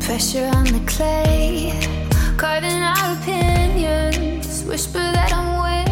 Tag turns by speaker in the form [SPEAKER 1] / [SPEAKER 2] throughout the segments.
[SPEAKER 1] Pressure on the clay, carving out opinions, whisper that I'm winning.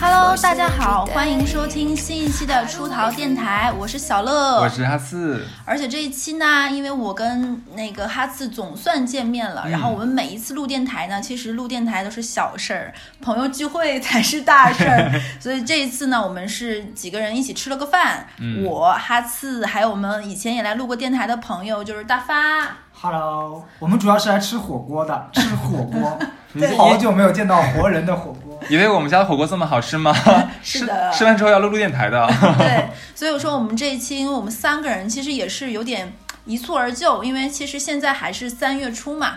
[SPEAKER 2] Hello，大家好，欢迎收听新一期的出逃电台，我是小乐，
[SPEAKER 3] 我是哈四，
[SPEAKER 2] 而且这一期呢，因为我跟那个哈次总算见面
[SPEAKER 3] 嗯
[SPEAKER 2] 了，然后我们每一次录电台呢，其实录电台都是小事儿，朋友聚会才是大事 儿，所以这一次呢，我们是几个人一起吃了个饭，
[SPEAKER 3] 嗯
[SPEAKER 2] 我哈次还有我们以前也来录过电台的朋友，就是大发，
[SPEAKER 4] Hello，我们主要是来吃火锅的，吃火锅。
[SPEAKER 3] 对
[SPEAKER 4] 好久没有见到活人的火锅。
[SPEAKER 3] 以为我们家的火锅这么好 吃吗？
[SPEAKER 2] 是的
[SPEAKER 3] 吃吃完之后要录录电台的。
[SPEAKER 2] 对，所以我说我们这一期，因为我们三个人其实也是有点一蹴而就，因为其实现在还是三月初嘛，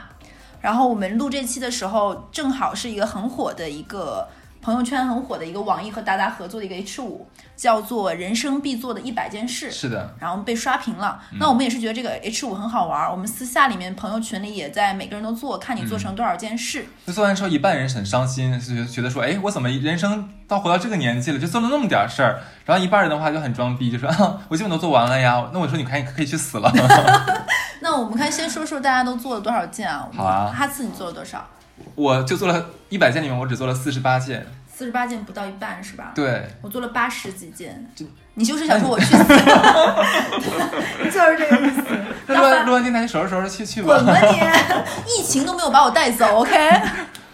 [SPEAKER 2] 然后我们录这期的时候，正好是一个很火的一个朋友圈很火的一个网易和达达合作的一个 H 五，叫做《人生必做的一百件事》。
[SPEAKER 3] 是的，
[SPEAKER 2] 然后被刷屏了。
[SPEAKER 3] 嗯
[SPEAKER 2] 那我们也是觉得这个 H 五很好玩儿，我们私下里面朋友群里也在每个人都做，看你做成多少件事。
[SPEAKER 3] 就做完之后，一半人很伤心，就觉觉得说，哎，我怎么人生到活到这个年纪了，就做了那么点儿事儿。然后一半人的话就很装逼，就说， 啊，我基本都做完了呀。那我说你看，你可以去死了。
[SPEAKER 2] 那我们看，先说说大家都做了多少件啊？
[SPEAKER 3] 好啊
[SPEAKER 2] 哈次你做了多少？
[SPEAKER 3] 我就做了一百件里面，我只做了四十八件。
[SPEAKER 2] 四十八件不到一半是吧？
[SPEAKER 3] 对，
[SPEAKER 2] 我做了八十几件
[SPEAKER 3] 这，
[SPEAKER 2] 你就是想说我去 死，就是这个意思。
[SPEAKER 3] 那录完录完电台就收拾收拾去去
[SPEAKER 2] 滚
[SPEAKER 3] 吧。
[SPEAKER 2] 吧你！疫情都没有把我带走，OK？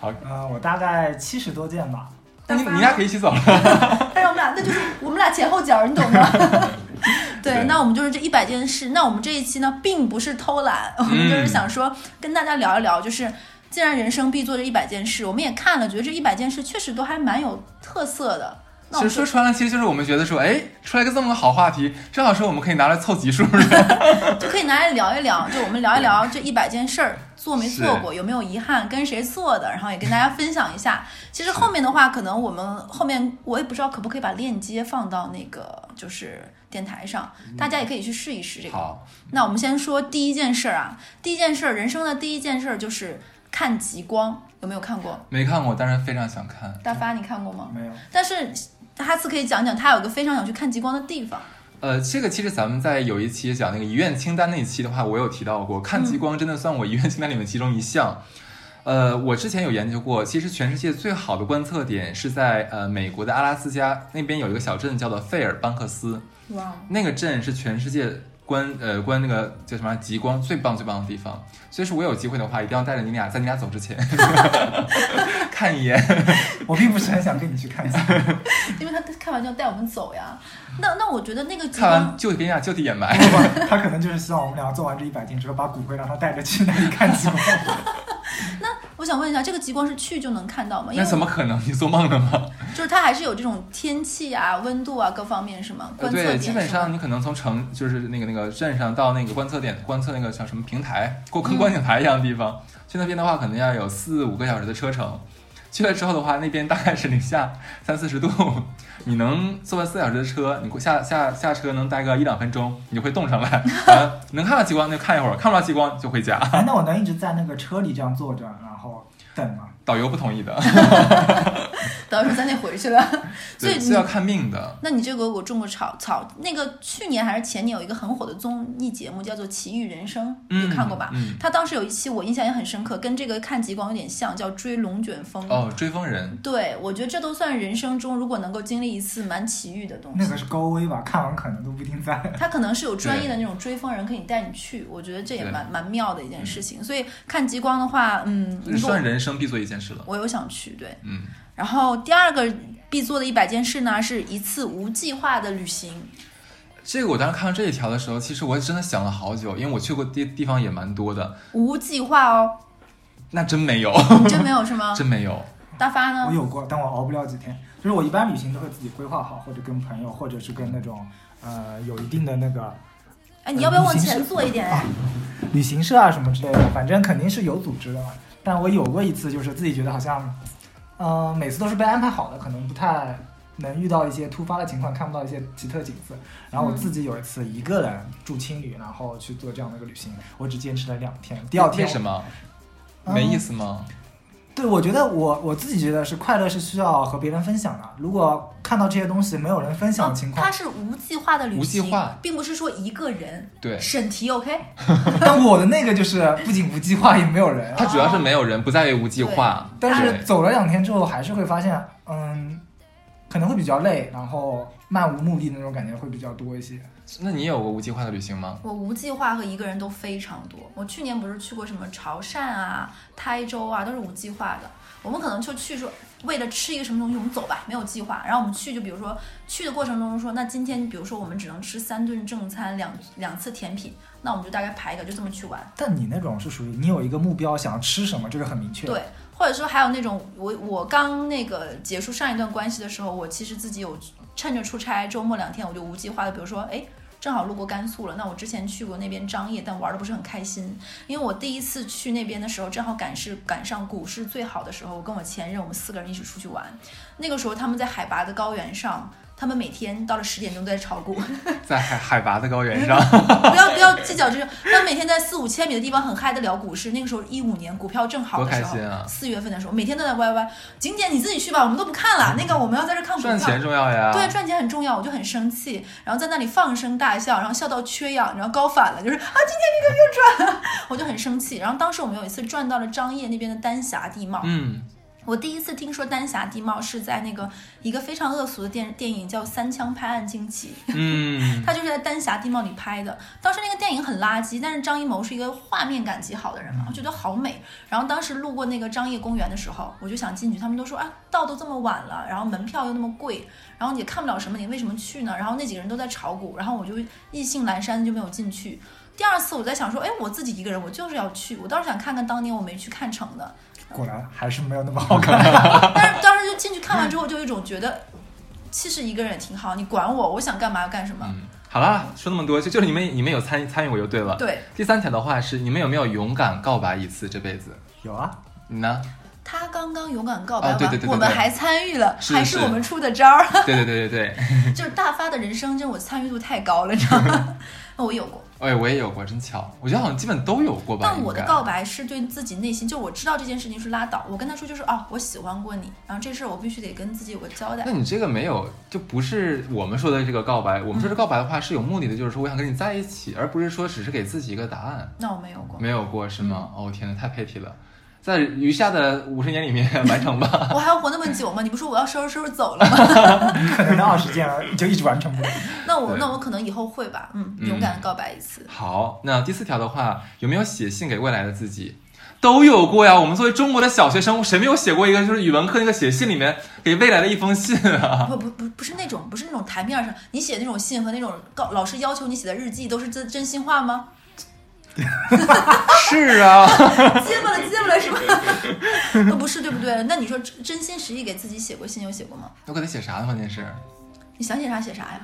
[SPEAKER 4] 呃，我大概七十多件吧。
[SPEAKER 3] 那你你俩可以一起走了。
[SPEAKER 2] 但是我们俩那就是我们俩前后脚，你懂吗？ 对
[SPEAKER 3] 对，
[SPEAKER 2] 那我们就是这一百件事。那我们这一期呢，并不是偷懒，我
[SPEAKER 3] 嗯
[SPEAKER 2] 们就是想说跟大家聊一聊，就是既然人生必做这一百件事，我们也看了，觉得这一百件事确实都还蛮有特色的。那
[SPEAKER 3] 其
[SPEAKER 2] 我
[SPEAKER 3] 实
[SPEAKER 2] 们
[SPEAKER 3] 说
[SPEAKER 2] 就
[SPEAKER 3] 穿了，其实就是我们觉得说，哎，出来个这么个好话题，正好是我们可以拿来凑集数的。
[SPEAKER 2] 就可以拿来聊一聊，就我们聊一聊这一百件事儿做没做过，有没有遗憾，跟谁做的，然后也跟大家分享一下。其实后面的话，可能我们后面我也不知道可不可以把链接放到那个就是电台上，大家也可以去试一试这个。
[SPEAKER 3] 嗯好，
[SPEAKER 2] 那我们先说第一件事儿啊，第一件事儿，人生的第一件事儿就是看极光，有没有看过？
[SPEAKER 3] 没看过，但是非常想看。
[SPEAKER 2] 大发，你看过吗？
[SPEAKER 4] 没有，
[SPEAKER 2] 但是哈斯可以讲讲他有个非常想去看极光的地方。
[SPEAKER 3] 呃，这个其实咱们在有一期讲那个遗愿清单那一期的话，我有提到过，看极光真的算我遗愿清单里面其中一项。呃，我之前有研究过，其实全世界最好的观测点是在呃美国的阿拉斯加那边有一个小镇叫做费尔班克斯，
[SPEAKER 2] 哇，
[SPEAKER 3] 那个镇是全世界观呃观那个叫什么极光最棒最棒的地方，所以说我有机会的话，一定要带着你俩在你俩走之前看一眼。
[SPEAKER 4] 我并不是很想跟你去看一下。
[SPEAKER 2] 因为他开玩笑带我们走呀。那那我觉得那个极
[SPEAKER 3] 看
[SPEAKER 2] 光
[SPEAKER 3] 完就给你俩就地掩埋。
[SPEAKER 4] 他可能就是希望我们俩做完这一百天之后，把骨灰让他带着去那里看极光。
[SPEAKER 2] 我想问一下，这个极光是去就能看到吗？因
[SPEAKER 3] 那
[SPEAKER 2] 为
[SPEAKER 3] 怎么可能？你做梦了吗？
[SPEAKER 2] 就是它还是有这种天气啊、温度啊各方面是吗？
[SPEAKER 3] 呃，
[SPEAKER 2] 观测
[SPEAKER 3] 对，
[SPEAKER 2] 点
[SPEAKER 3] 基本
[SPEAKER 2] 是吗
[SPEAKER 3] 上你可能从城就是那个那个镇上到那个观测点，观测那个叫什么平台，过
[SPEAKER 2] 嗯
[SPEAKER 3] 跟观景台一样的地方，去那边的话可能要有四五个小时的车程。去了之后的话，那边大概是零下三四十度，你能坐完四小时的车，你过下下下车能待个一两分钟，你就会冻上来。啊，能看到极光就看一会儿，看不到极光就回家。
[SPEAKER 4] 哎，那我能一直在那个车里这样坐着，然后等吗？
[SPEAKER 3] 导游不同意的，
[SPEAKER 2] 到时候咱得回去了。 所以
[SPEAKER 3] 对，
[SPEAKER 2] 你
[SPEAKER 3] 是要看命的。
[SPEAKER 2] 那你这个我种过草草，那个去年还是前年有一个很火的综艺节目叫做《奇遇人生》，
[SPEAKER 3] 嗯，
[SPEAKER 2] 你看过吧？
[SPEAKER 3] 嗯。
[SPEAKER 2] 他当时有一期我印象也很深刻，跟这个看极光有点像，叫《追龙卷风》。
[SPEAKER 3] 哦，追风人，
[SPEAKER 2] 对，我觉得这都算人生中如果能够经历一次蛮奇遇的东西。
[SPEAKER 4] 那个是高危吧，看完可能都不一定在。
[SPEAKER 3] 哎
[SPEAKER 2] 他可能是有专业的那种追风人可以带你去，我觉得这也蛮蛮妙的一件事
[SPEAKER 3] 嗯
[SPEAKER 2] 情。所以看极光的话，嗯，
[SPEAKER 3] 这
[SPEAKER 2] 如果
[SPEAKER 3] 算人生必做一件事了。
[SPEAKER 2] 我有想去，对。
[SPEAKER 3] 嗯，
[SPEAKER 2] 然后第二个必做的一百件事呢，是一次无计划的旅行。
[SPEAKER 3] 这个我当时看到这一条的时候，其实我真的想了好久，因为我去过地地方也蛮多的，
[SPEAKER 2] 无计划 哦，
[SPEAKER 3] 那真没有，
[SPEAKER 2] 你真没有是吗？
[SPEAKER 3] 真没有。
[SPEAKER 2] 大发呢
[SPEAKER 4] 我？有过，但我熬不了几天。就是我一般旅行都会自己规划好，或者跟朋友，或者是跟那种呃有一定的那个
[SPEAKER 2] 哎，你要不要往
[SPEAKER 4] 旅行
[SPEAKER 2] 前
[SPEAKER 4] 是
[SPEAKER 2] 坐一 点？
[SPEAKER 4] 啊旅行社啊什么之类的，反正肯定是有组织的嘛。但我有过一次，就是自己觉得好像，呃，每次都是被安排好的，可能不太能遇到一些突发的情况，看不到一些奇特景色。然后我自己有一次一个人住青旅，然后去做这样的一个旅行，我只坚持了两天。第二天
[SPEAKER 3] 为什
[SPEAKER 4] 么？
[SPEAKER 3] 么？
[SPEAKER 4] 嗯
[SPEAKER 2] 啊
[SPEAKER 3] 没意思吗？
[SPEAKER 4] 对，我觉得我我自己觉得是快乐是需要和别人分享的。如果看到这些东西没有人分享的情况，
[SPEAKER 2] 它哦是无计划的旅行，
[SPEAKER 3] 无计划
[SPEAKER 2] 并不是说一个人。
[SPEAKER 3] 对
[SPEAKER 2] 审题 OK，
[SPEAKER 4] 但我的那个就是不仅无计划，也没有人。
[SPEAKER 3] 它主要是没有人，不在于无计划。
[SPEAKER 4] 但
[SPEAKER 3] 对
[SPEAKER 4] 是走了两天之后，还是会发现，嗯，可能会比较累，然后漫无目的的那种感觉会比较多一些。
[SPEAKER 3] 那你有过无计划的旅行吗？
[SPEAKER 2] 我无计划和一个人都非常多。我去年不是去过什么潮汕啊、台州啊，都是无计划的。我们可能就去说为了吃一个什么东西，我们走吧，没有计划。然后我们去就比如说去的过程中说，那今天比如说我们只能吃三顿正餐，两两次甜品，那我们就大概排一个，就这么去玩。
[SPEAKER 4] 但你那种是属于你有一个目标，想要吃什么，这个很明确。
[SPEAKER 2] 对，或者说还有那种我我刚那个结束上一段关系的时候，我其实自己有趁着出差周末两天，我就无计划的，比如说哎。正好路过甘肃了，那我之前去过那边张掖，但玩的不是很开心，因为我第一次去那边的时候，正好赶是赶上股市最好的时候，我跟我前任我们四个人一起出去玩，那个时候他们在海拔的高原上，他们每天到了十点钟都在炒股，
[SPEAKER 3] 在海海拔的高原 上，
[SPEAKER 2] 不要不要计较这种，他每天在四五千米的地方很嗨的聊股市。那个时候一五年股票正好的时
[SPEAKER 3] 多
[SPEAKER 2] 候
[SPEAKER 3] 开心啊，
[SPEAKER 2] 四、月份的时候，每天都在 YY。景姐你自己去吧，我们都不看了。那个我们要在这看股票。
[SPEAKER 3] 嗯赚钱重要呀。
[SPEAKER 2] 对，赚钱很重要，我就很生气，然后在那里放声大笑，然后笑到缺氧，然后高反了，就是啊，今天那个又赚了， 我就很生气。然后当时我们有一次赚到了张掖那边的丹霞地貌，
[SPEAKER 3] 嗯，
[SPEAKER 2] 我第一次听说丹霞地貌是在那个一个非常恶俗的电电影叫《三枪拍案惊奇》，
[SPEAKER 3] 嗯，
[SPEAKER 2] 他就是在丹霞地貌里拍的。当时那个电影很垃圾，但是张艺谋是一个画面感极好的人嘛，我觉得好美。然后当时路过那个张掖公园的时候，我就想进去，他们都说啊，到都这么晚了，然后门票又那么贵，然后你也看不了什么，你为什么去呢？然后那几个人都在炒股，然后我就意兴阑珊就没有进去。第二次我在想说，哎，我自己一个人，我就是要去，我倒是想看看当年我没去看成的，
[SPEAKER 4] 果然还是没有那么 好看。
[SPEAKER 2] 但是当时就进去看完之后，就有一种觉得，其实一个人也挺好，你管我，我想干嘛干什么。
[SPEAKER 3] 嗯好啦，说那么多，就就是你们你们有参参与过就对了。
[SPEAKER 2] 对，
[SPEAKER 3] 第三条的话是，你们有没有勇敢告白一次这辈子？
[SPEAKER 4] 有啊，
[SPEAKER 3] 你呢？
[SPEAKER 2] 他刚刚勇敢告白完，
[SPEAKER 3] 啊对对对对对
[SPEAKER 2] 我们还参与了，
[SPEAKER 3] 是
[SPEAKER 2] 还
[SPEAKER 3] 是
[SPEAKER 2] 是我们出的招儿，
[SPEAKER 3] 对对对对对，
[SPEAKER 2] 就是大发的人生，真我参与度太高了，你知道 吗？哦我有过，
[SPEAKER 3] 哎，我也有过，真巧。我觉得好像基本都有过吧。
[SPEAKER 2] 但我的
[SPEAKER 3] 应该
[SPEAKER 2] 告白是对自己内心，就我知道这件事情是拉倒，我跟他说就是哦，我喜欢过你，然后这事儿我必须得跟自己有个交代
[SPEAKER 3] 那。你这个没有，就不是我们说的这个告白。我们说这告白的话是有目的的，就是说我想跟你在一起，而不是说只是给自己一个答案。
[SPEAKER 2] 那我没有 过，
[SPEAKER 3] 没有过是吗？哦天哪，太 petty 了。在余下的五十年里面 完成吧。
[SPEAKER 2] 我还要活那么久吗？你不说我要收拾收拾走了 吗？
[SPEAKER 4] 你可能那二十件而就一直完成不了。
[SPEAKER 2] 那我
[SPEAKER 3] 对
[SPEAKER 2] 那我可能以后会吧，嗯，
[SPEAKER 3] 嗯
[SPEAKER 2] 勇敢告白一次。
[SPEAKER 3] 好，那第四条的话，有没有写信给未来的自己？都有过呀。我们作为中国的小学生，谁没有写过一个就是语文课那个写信里面给未来的一封信啊？
[SPEAKER 2] 不不不不是那种不是那种台面上你写那种信和那种告老师要求你写的日记都是真真心话吗？
[SPEAKER 3] 是啊，
[SPEAKER 2] 接不了，接不了是吧？ 都不是对不对？那你说真真心实意给自己写过信有写过吗？
[SPEAKER 3] 我给他写啥呢？关键是
[SPEAKER 2] 你想写啥写啥呀？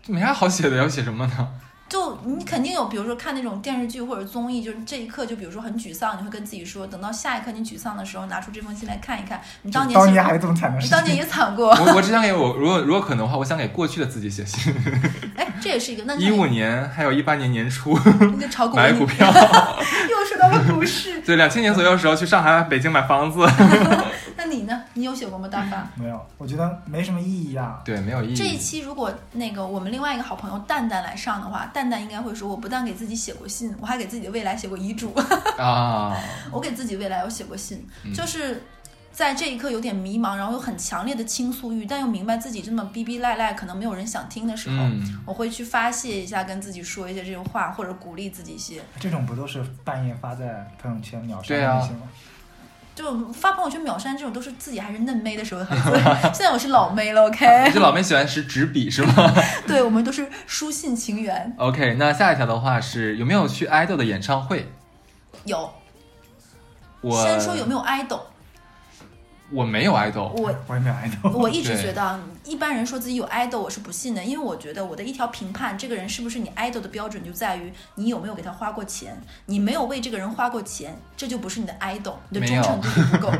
[SPEAKER 3] 这没啥好写的呀，要写什么呢？，
[SPEAKER 2] 就你肯定有，比如说看那种电视剧或者综艺，就是这一刻就比如说很沮丧，你会跟自己说，等到下一刻你沮丧的时候，拿出这封信来看一看，你当年
[SPEAKER 4] 当
[SPEAKER 2] 是
[SPEAKER 4] 年还有这么惨的
[SPEAKER 2] 你
[SPEAKER 4] 事
[SPEAKER 2] 当
[SPEAKER 4] 情，
[SPEAKER 2] 年也惨过
[SPEAKER 3] 我我只想给我如果如果可能的话，我想给过去的自己写信。
[SPEAKER 2] 哎，这也是一个。那 你
[SPEAKER 3] 一五年还有一八年年初
[SPEAKER 2] 那个炒股
[SPEAKER 3] 买
[SPEAKER 2] 问
[SPEAKER 3] 股
[SPEAKER 2] 题，
[SPEAKER 3] 票，
[SPEAKER 2] 又说到了股市，
[SPEAKER 3] 对，两千年左右的时候去上海、北京买房子，
[SPEAKER 2] 那你呢？你有写过吗，大发？
[SPEAKER 4] 没有，我觉得没什么意义啊。
[SPEAKER 3] 对，没有意义。
[SPEAKER 2] 这一期如果那个我们另外一个好朋友蛋蛋来上的话，蛋蛋应该会说，我不但给自己写过信，我还给自己的未来写过遗嘱。
[SPEAKER 3] 啊，
[SPEAKER 2] 我给自己未来有写过信
[SPEAKER 3] 嗯，
[SPEAKER 2] 就是在这一刻有点迷茫，然后有很强烈的倾诉欲，但又明白自己这么逼逼赖赖，可能没有人想听的时候，
[SPEAKER 3] 嗯，
[SPEAKER 2] 我会去发泄一下，跟自己说一些这种话，或者鼓励自己一些。
[SPEAKER 4] 这种不都是半夜发在朋友圈秒杀
[SPEAKER 3] 对啊
[SPEAKER 4] 那些吗？
[SPEAKER 2] 就发朋友圈秒删这种，都是自己还是嫩妹的时候的孩 子现在我是老妹了，OK？
[SPEAKER 3] 这老妹喜欢使纸笔是吗
[SPEAKER 2] 对，我们都是书信情缘。
[SPEAKER 3] ？OK，那下一条的话是有没有去爱豆的演唱会？
[SPEAKER 2] 有，
[SPEAKER 3] 我
[SPEAKER 2] 先说有没有 idol，
[SPEAKER 3] 我没有爱豆，
[SPEAKER 2] 我
[SPEAKER 4] 我也没有爱 豆。
[SPEAKER 2] 我一直
[SPEAKER 3] 对
[SPEAKER 2] 觉得啊一般人说自己有 idol，我是不信的，因为我觉得我的一条评判，这个人是不是你 idol 的标准就在于你有没有给他花过钱，你没有为这个人花过钱，这就不是你的 idol，你的
[SPEAKER 3] 没有
[SPEAKER 2] 忠诚度就不 够。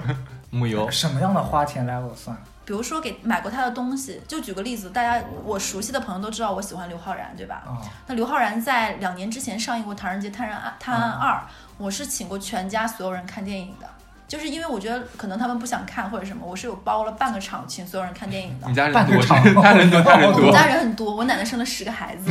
[SPEAKER 3] 木有。
[SPEAKER 4] 什么样的花钱 level 算？
[SPEAKER 2] 比如说给买过他的东西，就举个例子，大家我熟悉的朋友都知道我喜欢刘昊然，对吧？
[SPEAKER 4] 啊、
[SPEAKER 2] 那刘昊然在两
[SPEAKER 3] 嗯
[SPEAKER 2] 年之前上映过《唐人街探案探案二》，我是请过全家所有人看电影的。就是因为我觉得可能他们不想看或者什么，我是有包了半个场请所有人看电影的
[SPEAKER 3] 你。 家人
[SPEAKER 4] 半个
[SPEAKER 3] 多，
[SPEAKER 4] 场
[SPEAKER 3] 他 人多，他人
[SPEAKER 2] 我们
[SPEAKER 3] 多。
[SPEAKER 2] 家人很多，我奶奶生了十个孩 子，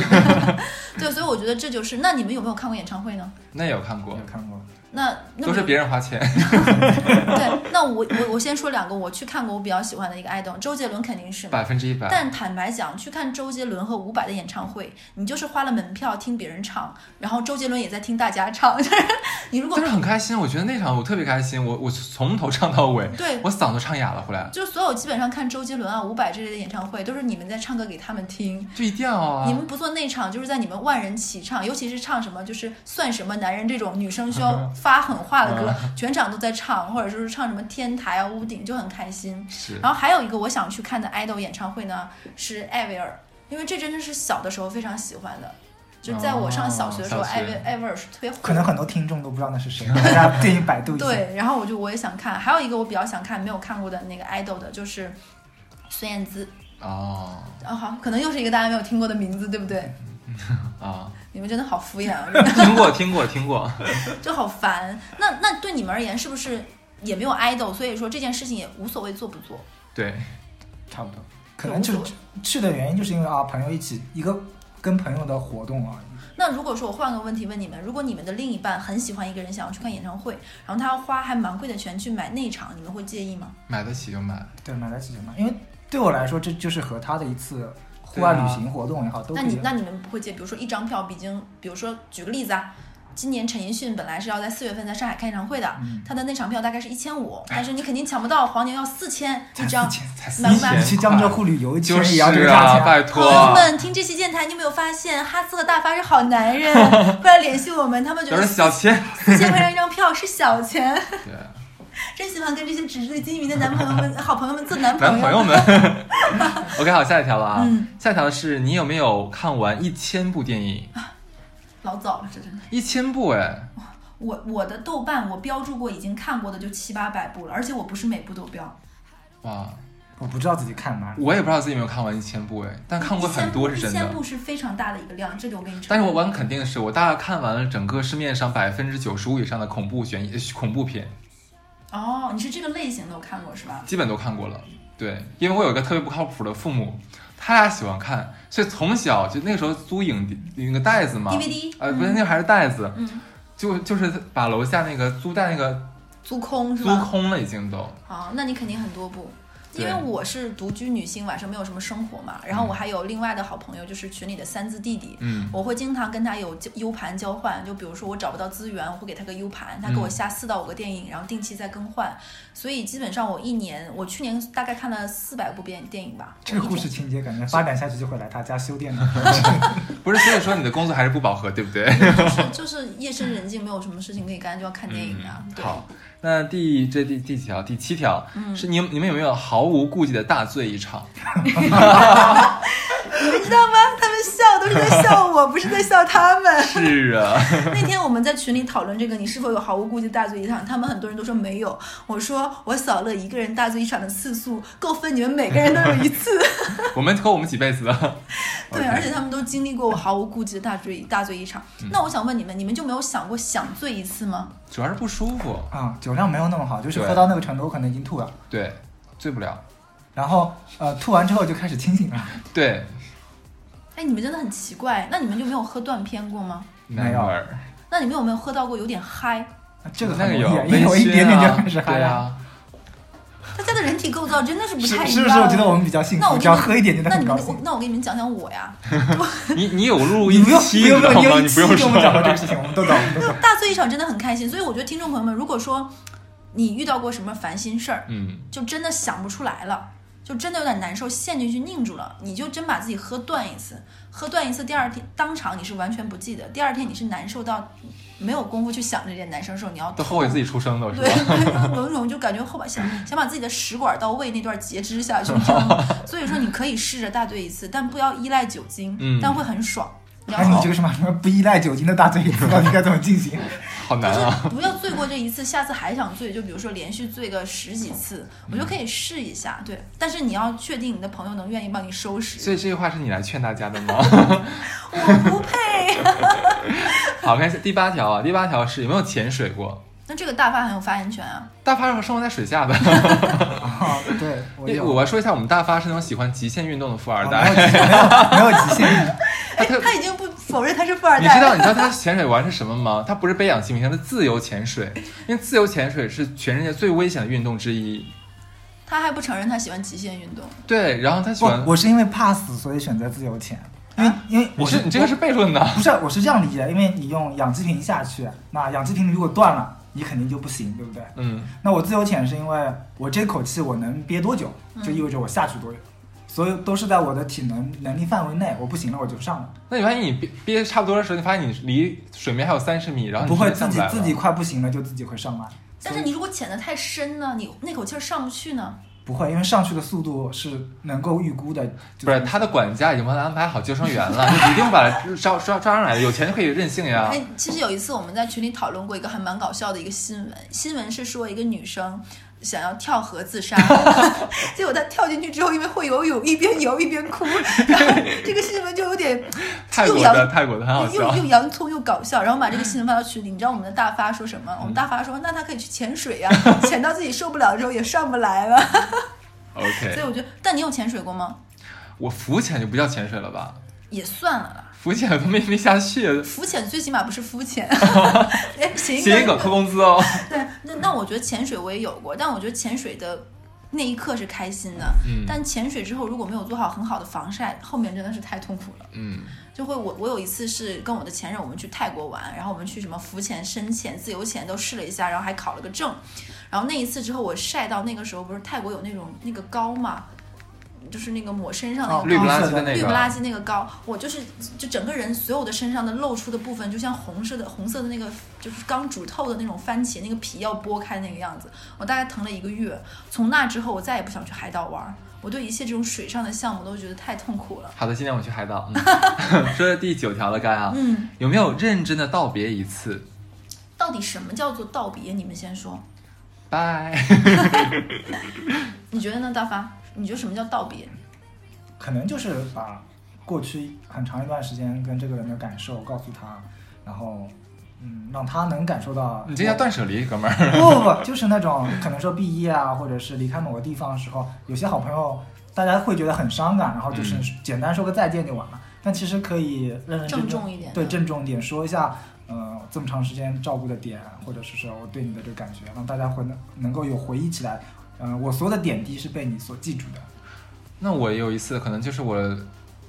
[SPEAKER 2] 对，所以我觉得这就是。那你们有没有看过演唱会呢？
[SPEAKER 3] 那也有看过
[SPEAKER 2] 嗯
[SPEAKER 4] 有，看过，
[SPEAKER 2] 那那
[SPEAKER 3] 都是别人花钱。
[SPEAKER 2] 对，那我我我先说两个我去看过我比较喜欢的一个 idol，周杰伦肯定是嘛。
[SPEAKER 3] 百分之一百，
[SPEAKER 2] 但坦白讲，去看周杰伦和伍佰的演唱会，你就是花了门票听别人唱，然后周杰伦也在听大家唱。 你如果
[SPEAKER 3] 但是很开心。我觉得那场我特别开心，我我从头唱到尾，
[SPEAKER 2] 对，
[SPEAKER 3] 我嗓子唱哑了回来，
[SPEAKER 2] 就所有基本上看周杰伦啊、伍佰之类的演唱会，都是你们在唱歌给他们听。
[SPEAKER 3] 就一定要
[SPEAKER 2] 你
[SPEAKER 3] 啊！
[SPEAKER 2] 们不做内场，就是在你们万人齐唱，尤其是唱什么就是算什么男人这种女生需
[SPEAKER 3] 啊
[SPEAKER 2] 要发狠话的歌，全场都在唱，或者就是唱什么天台啊、屋顶，就很开心。
[SPEAKER 3] 是
[SPEAKER 2] 然后还有一个我想去看的 idol 演唱会呢，是艾薇儿，因为这真的是小的时候非常喜欢的，就在我上小学的时候，
[SPEAKER 3] 哦小
[SPEAKER 2] 艾
[SPEAKER 3] 学
[SPEAKER 2] 薇艾薇儿是特别火
[SPEAKER 4] 可能很多听众都不知道那是 谁，大家自己百度一下。
[SPEAKER 2] 对，然后我就我也想看，还有一个我比较想看没有看过的那个 idol 的就是孙燕姿，
[SPEAKER 3] 哦
[SPEAKER 2] 啊、好，可能又是一个大家没有听过的名字，对不
[SPEAKER 3] 嗯
[SPEAKER 2] 对？
[SPEAKER 3] 啊，
[SPEAKER 2] 你们真的好敷衍啊，
[SPEAKER 3] 听过听过听过，
[SPEAKER 2] 就好烦。那那对你们而言是不是也没有 idol，所以说这件事情也无所谓做不做？
[SPEAKER 3] 对，
[SPEAKER 4] 差不多。可能就
[SPEAKER 2] 无所
[SPEAKER 4] 是去的原因就是因为啊，朋友一起一个跟朋友的活动啊，
[SPEAKER 2] 那如果说我换个问题问你们，如果你们的另一半很喜欢一个人，想要去看演唱会，然后他要花还蛮贵的钱去买内场，你们会介意吗？
[SPEAKER 3] 买得起就买。
[SPEAKER 4] 对，买得起就买。因为对我来说，这就是和他的一次户外
[SPEAKER 3] 对啊
[SPEAKER 4] 旅行活动也好，都
[SPEAKER 2] 那
[SPEAKER 4] 可
[SPEAKER 2] 你
[SPEAKER 4] 以。啊
[SPEAKER 2] 那你们不会介意？比如说一张票已经，比如说举个例子啊，今年陈奕迅本来是要在四月份在上海开演唱会的，
[SPEAKER 4] 嗯
[SPEAKER 2] 他的内场票大概是一千五，但是你肯定抢不到，黄牛要四千一张。
[SPEAKER 4] 钱，
[SPEAKER 3] 才
[SPEAKER 2] 买不买
[SPEAKER 4] 你去江浙沪旅游一圈
[SPEAKER 3] 就
[SPEAKER 4] 也
[SPEAKER 3] 是
[SPEAKER 4] 要这个
[SPEAKER 3] 啊，
[SPEAKER 4] 价钱。
[SPEAKER 3] 拜
[SPEAKER 2] 朋
[SPEAKER 3] 托，
[SPEAKER 2] 友们，听这期电台，你有没有发现哈斯和大发是好男人？ 快来联系我们，他们觉
[SPEAKER 3] 都
[SPEAKER 2] 得
[SPEAKER 3] 是小钱。
[SPEAKER 2] 四千块钱一张票是小钱，
[SPEAKER 3] 对，
[SPEAKER 2] 真喜欢跟这些纸醉金迷的男朋友们、好朋友们做男朋
[SPEAKER 3] 男
[SPEAKER 2] 友。
[SPEAKER 3] 朋友们。OK，好，下一条了啊。
[SPEAKER 2] 嗯
[SPEAKER 3] 下一条是你有没有看完一千部电影？
[SPEAKER 2] 老早了，这真的。
[SPEAKER 3] 一千部哎，
[SPEAKER 2] 我我的豆瓣我标注过已经看过的就七八百部了，而且我不是每部都标，
[SPEAKER 3] 哇！
[SPEAKER 4] 我不知道自己看哪里。
[SPEAKER 3] 我也不知道自己有没有看完一千部哎，但看过很多是真
[SPEAKER 2] 一千
[SPEAKER 3] 的。
[SPEAKER 2] 部是非常大的一个量，这个我跟你承
[SPEAKER 3] 但
[SPEAKER 2] 认。
[SPEAKER 3] 是我完肯定是我大概看完了整个市面上百分之九十五以上的恐怖悬疑呃恐怖片，
[SPEAKER 2] 哦，你是这个类型的我看过是吧？
[SPEAKER 3] 基本都看过了。对，因为我有一个特别不靠谱的父母，他俩喜欢看，所以从小就那个时候租影那个袋子嘛
[SPEAKER 2] DVD
[SPEAKER 3] 呃，不是那个还是袋子，
[SPEAKER 2] 嗯，
[SPEAKER 3] 就就是把楼下那个租带那个
[SPEAKER 2] 租空是
[SPEAKER 3] 租
[SPEAKER 2] 吧？
[SPEAKER 3] 空了，已经都
[SPEAKER 2] 好，那你肯定很多部。因为
[SPEAKER 3] 对
[SPEAKER 2] 我是独居女性，晚上没有什么生活嘛，然后我还有另外的好朋友，就是群里的三字弟弟，
[SPEAKER 3] 嗯
[SPEAKER 2] 我会经常跟他有交 U 盘交换，就比如说我找不到资源，我会给他个 U 盘，他给我
[SPEAKER 3] 嗯
[SPEAKER 2] 下四到五个电影，然后定期再更换，所以基本上我一年，我去年大概看了四百部电电影吧。
[SPEAKER 4] 这个
[SPEAKER 2] 我一
[SPEAKER 4] 故
[SPEAKER 2] 天
[SPEAKER 4] 事情节感觉发展下去就会来他家修电脑。
[SPEAKER 3] 不 是，所以说你的工作还是不饱和，对不对？
[SPEAKER 2] 就是就是夜深人静，没有什么事情可以干，就要看电影
[SPEAKER 4] 嗯
[SPEAKER 2] 啊。对，
[SPEAKER 3] 嗯
[SPEAKER 2] 嗯
[SPEAKER 3] 好，那第这第第几条？第七条、是你你们有没有毫无顾忌的大醉 一场？
[SPEAKER 2] 你们知道吗？他们笑都是在笑我，不是在笑他们。
[SPEAKER 3] 是啊，
[SPEAKER 2] 那天我们在群里讨论这个，你是否有毫无顾忌大醉一场？他们很多人都说没有。我说我扫了一个人大醉一场的次数够分你们每个人都有一次。
[SPEAKER 3] 我们够我们几辈子的。
[SPEAKER 2] 对，
[SPEAKER 3] OK
[SPEAKER 2] 而且他们都经历过我毫无顾忌的大醉大醉一场。
[SPEAKER 4] 嗯
[SPEAKER 2] 那我想问你们，你们就没有想过想醉一次吗？
[SPEAKER 3] 主要是不舒服，
[SPEAKER 4] 啊、酒量没有那么好，就是
[SPEAKER 3] 对
[SPEAKER 4] 喝到那个程度，我可能已经吐了。
[SPEAKER 3] 对，醉不了，
[SPEAKER 4] 然后呃，吐完之后就开始清醒了。
[SPEAKER 3] 对，
[SPEAKER 2] 哎，你们真的很奇怪。那你们就没有喝断片过吗？
[SPEAKER 4] 没有
[SPEAKER 3] never
[SPEAKER 2] 那你们有没有喝到过有点嗨？
[SPEAKER 4] 这个
[SPEAKER 3] 那
[SPEAKER 4] 很
[SPEAKER 3] 个
[SPEAKER 4] 容易
[SPEAKER 3] 有
[SPEAKER 4] 啊，，因为我一点点就开始嗨
[SPEAKER 3] 对
[SPEAKER 4] 了。
[SPEAKER 3] 啊，
[SPEAKER 2] 大家的人体构造真的是不
[SPEAKER 4] 是
[SPEAKER 2] 太一样。啊
[SPEAKER 4] 是不是？我觉得我们比较幸
[SPEAKER 2] 那我
[SPEAKER 4] 福，
[SPEAKER 2] 跟
[SPEAKER 4] 只要
[SPEAKER 2] 你
[SPEAKER 4] 喝一点就能
[SPEAKER 2] 那
[SPEAKER 4] 很
[SPEAKER 2] 你
[SPEAKER 4] 高
[SPEAKER 2] 们
[SPEAKER 4] 兴。
[SPEAKER 2] 那我给你们讲讲我呀，
[SPEAKER 3] 你你有录
[SPEAKER 4] 你
[SPEAKER 3] 一
[SPEAKER 4] 不用，
[SPEAKER 3] 期，
[SPEAKER 4] 你用
[SPEAKER 3] 知
[SPEAKER 4] 不
[SPEAKER 3] 道
[SPEAKER 4] 用，你
[SPEAKER 3] 吗？
[SPEAKER 4] 用
[SPEAKER 3] 你不用
[SPEAKER 4] 跟我们 讲过这个事情，我们都懂，我们都懂。
[SPEAKER 2] 大醉一场真的很开心。所以我觉得听众朋友们，如果说你遇到过什么烦心事儿，
[SPEAKER 3] 嗯，
[SPEAKER 2] 就真的想不出来了，就真的有点难受，陷进去拧住了，你就真把自己喝断一次，喝断一次，第二天当场你是完全不记得，第二天你是难受到没有功夫去想这件难受的时候，你要
[SPEAKER 3] 都后悔自己出生都是
[SPEAKER 2] 对
[SPEAKER 3] 吧？，
[SPEAKER 2] 有一种就感觉后把想想把自己的食管到胃那段截肢下去，你知道吗？所以说你可以试着大醉一次，但不要依赖酒精，
[SPEAKER 3] 嗯
[SPEAKER 2] 但会很爽。然
[SPEAKER 4] 哎，你
[SPEAKER 2] 后
[SPEAKER 4] 这个什么什么不依赖酒精的大醉一次，到底该怎么进行？
[SPEAKER 3] 好难
[SPEAKER 2] 就
[SPEAKER 3] 啊。
[SPEAKER 2] 是不要醉过这一次，下次还想醉，就比如说连续醉个十几次，我觉得可以试一下。对，但是你要确定你的朋友能愿意帮你收拾。
[SPEAKER 3] 所以这句话是你来劝大家的吗？
[SPEAKER 2] 我不配，
[SPEAKER 3] 好，看第八条啊，第八条是有没有潜水过？
[SPEAKER 2] 那这个大发很有发言权啊。
[SPEAKER 3] 大发是生活在水下的，
[SPEAKER 4] 啊， 对，我有，
[SPEAKER 3] 我要说一下，我们大发是那种喜欢极限运动的富二
[SPEAKER 4] 啊
[SPEAKER 3] 代。
[SPEAKER 4] 没有极限没有没有极限，
[SPEAKER 3] 他他
[SPEAKER 2] 哎他已经不否认他是富二代
[SPEAKER 3] 你
[SPEAKER 2] 了，
[SPEAKER 3] 知道你知道他潜水玩是什么吗？他不是背氧气瓶，他是自由潜水，因为自由潜水是全世界最危险的运动之一。
[SPEAKER 2] 他还不承认他喜欢极限运动。
[SPEAKER 3] 对，然后他喜欢
[SPEAKER 4] 我，我是因为怕死，所以选择自由潜，因为因为
[SPEAKER 3] 你
[SPEAKER 4] 我
[SPEAKER 3] 啊是你这个是悖论的。
[SPEAKER 4] 不是我是这样理解，因为你用氧气瓶下去，那氧气瓶如果断了，你肯定就不行，对不对？
[SPEAKER 3] 嗯，
[SPEAKER 4] 那我自由潜是因为我这口气我能憋多久，就意味着我下去多久，所以都是在我的体能能力范围内，我不行了我就上了，
[SPEAKER 3] 那你发现你憋憋差不多的时候，你发现你离水面还有三十米，然后你
[SPEAKER 4] 不会
[SPEAKER 3] 就
[SPEAKER 4] 自
[SPEAKER 3] 上
[SPEAKER 4] 己
[SPEAKER 3] 来了
[SPEAKER 4] 自己快不行了就自己会上来，
[SPEAKER 2] 但是你如果潜得太深呢，你那口气儿上不去呢。
[SPEAKER 4] 不会，因为上去的速度是能够预估的，就
[SPEAKER 3] 不是他的管家已经帮他安排好救生员 了，就一定把他抓抓抓上来的，有钱就可以任性呀。
[SPEAKER 2] 哎，其实有一次我们在群里讨论过一个还蛮搞笑的一个新闻，新闻是说一个女生想要跳河自 杀，结果她跳进去之后，因为会游泳，一边游一边哭，然后这个新闻就有点
[SPEAKER 3] 泰国
[SPEAKER 2] 又
[SPEAKER 3] 的
[SPEAKER 2] 洋
[SPEAKER 3] 泰国的很好笑
[SPEAKER 2] 又，又洋葱又搞笑，然后把这个新闻发到群里，你知道我们的大发说什么？我们大发说，那她可以去潜水 呀、潜到自己受不了之后也上不来了。所
[SPEAKER 3] OK，
[SPEAKER 2] 以我觉得，但你有潜水过吗？
[SPEAKER 3] 我浮潜就不叫潜水了吧？
[SPEAKER 2] 也算了啦。
[SPEAKER 3] 浮潜我都没没下 去，
[SPEAKER 2] 浮潜 最起码不是肤 浅，哎，谐
[SPEAKER 3] 谐音梗扣工资哦。
[SPEAKER 2] 对，那那我觉得潜水我也有过，但我觉得潜水的那一刻是开心的，
[SPEAKER 3] 嗯
[SPEAKER 2] 但潜水之后如果没有做好很好的防晒，后面真的是太痛苦了。
[SPEAKER 3] 嗯，
[SPEAKER 2] 就会我我有一次是跟我的前任，我们去泰国玩，然后我们去什么浮潜、深潜、自由潜都试了一下，然后还考了个证。然后那一次之后，我晒到那个时候不是泰国有那种那个膏嘛，就是那个抹身上那个
[SPEAKER 4] 哦
[SPEAKER 2] 膏，
[SPEAKER 3] 绿不拉几的那个
[SPEAKER 2] 绿不拉几那个膏，我就是就整个人所有的身上的露出的部分，就像红色的红色的那个就是刚煮透的那种番茄那个皮要剥开那个样子，我大概疼了一个月。从那之后，我再也不想去海岛玩儿，我对一切这种水上的项目都觉得太痛苦了。
[SPEAKER 3] 好的，今天我去海岛。嗯、 说到第九条了，该啊，
[SPEAKER 2] 嗯，
[SPEAKER 3] 有没有认真的道别一次？
[SPEAKER 2] 到底什么叫做道别？你们先说，
[SPEAKER 3] 拜，
[SPEAKER 2] 你觉得呢，大发？你觉得什么叫道别？
[SPEAKER 4] 可能就是把过去很长一段时间跟这个人的感受告诉他，然后嗯，让他能感受到。
[SPEAKER 3] 你这叫断舍离，哥们儿。
[SPEAKER 4] 不不不，就是那种可能说毕业啊，或者是离开某个地方的时候，有些好朋友大家会觉得很伤感，然后就是
[SPEAKER 3] 嗯
[SPEAKER 4] 简单说个再见就完了。但其实可以认认真
[SPEAKER 2] 郑
[SPEAKER 4] 真
[SPEAKER 2] 重一点的
[SPEAKER 4] 对郑重一点说一下，呃，这么长时间照顾的点，或者是说我对你的这个感觉，让大家回能能够有回忆起来。嗯、我所有的点滴是被你所记住的。
[SPEAKER 3] 那我有一次，可能就是我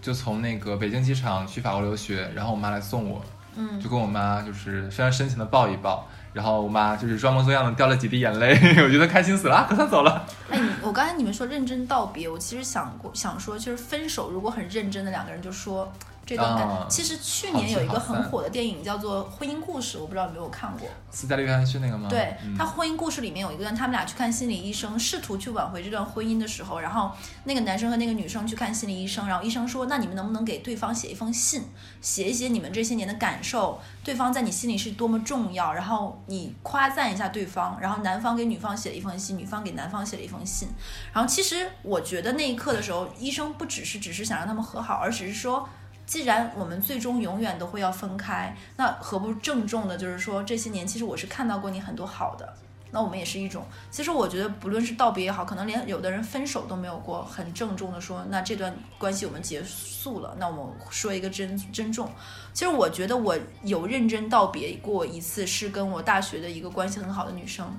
[SPEAKER 3] 就从那个北京机场去法国留学，然后我妈来送我，
[SPEAKER 2] 嗯，
[SPEAKER 3] 就跟我妈就是非常深情的抱一抱，然后我妈就是装模作样的掉了几滴眼泪， 我觉得开心死了，啊可算走了。
[SPEAKER 2] 哎，你我刚才你们说认真道别，我其实想过想说，就是分手如果很认真的两个人就说这段感，
[SPEAKER 3] 啊
[SPEAKER 2] 其实去年有一个
[SPEAKER 3] 好聚好
[SPEAKER 2] 很
[SPEAKER 3] 散
[SPEAKER 2] 火的电影叫做《婚姻故事》，我不知道有没有看过。
[SPEAKER 3] 斯嘉丽约翰逊那个吗？
[SPEAKER 2] 对
[SPEAKER 3] 嗯
[SPEAKER 2] 他婚姻故事里面有一段，他们俩去看心理医生，试图去挽回这段婚姻的时候，然后那个男生和那个女生去看心理医生，然后医生说，那你们能不能给对方写一封信，写一写你们这些年的感受，对方在你心里是多么重要，然后你夸赞一下对方，然后男方给女方写了一封信，女方给男方写了一封信，然后其实我觉得那一刻的时候，医生不只是只是想让他们和好，而只是说。既然我们最终永远都会要分开，那何不郑重的，就是说这些年其实我是看到过你很多好的，那我们也是一种。其实我觉得不论是道别也好，可能连有的人分手都没有过很郑重的说，那这段关系我们结束了，那我们说一个珍珍重。其实我觉得我有认真道别过一次，是跟我大学的一个关系很好的女生，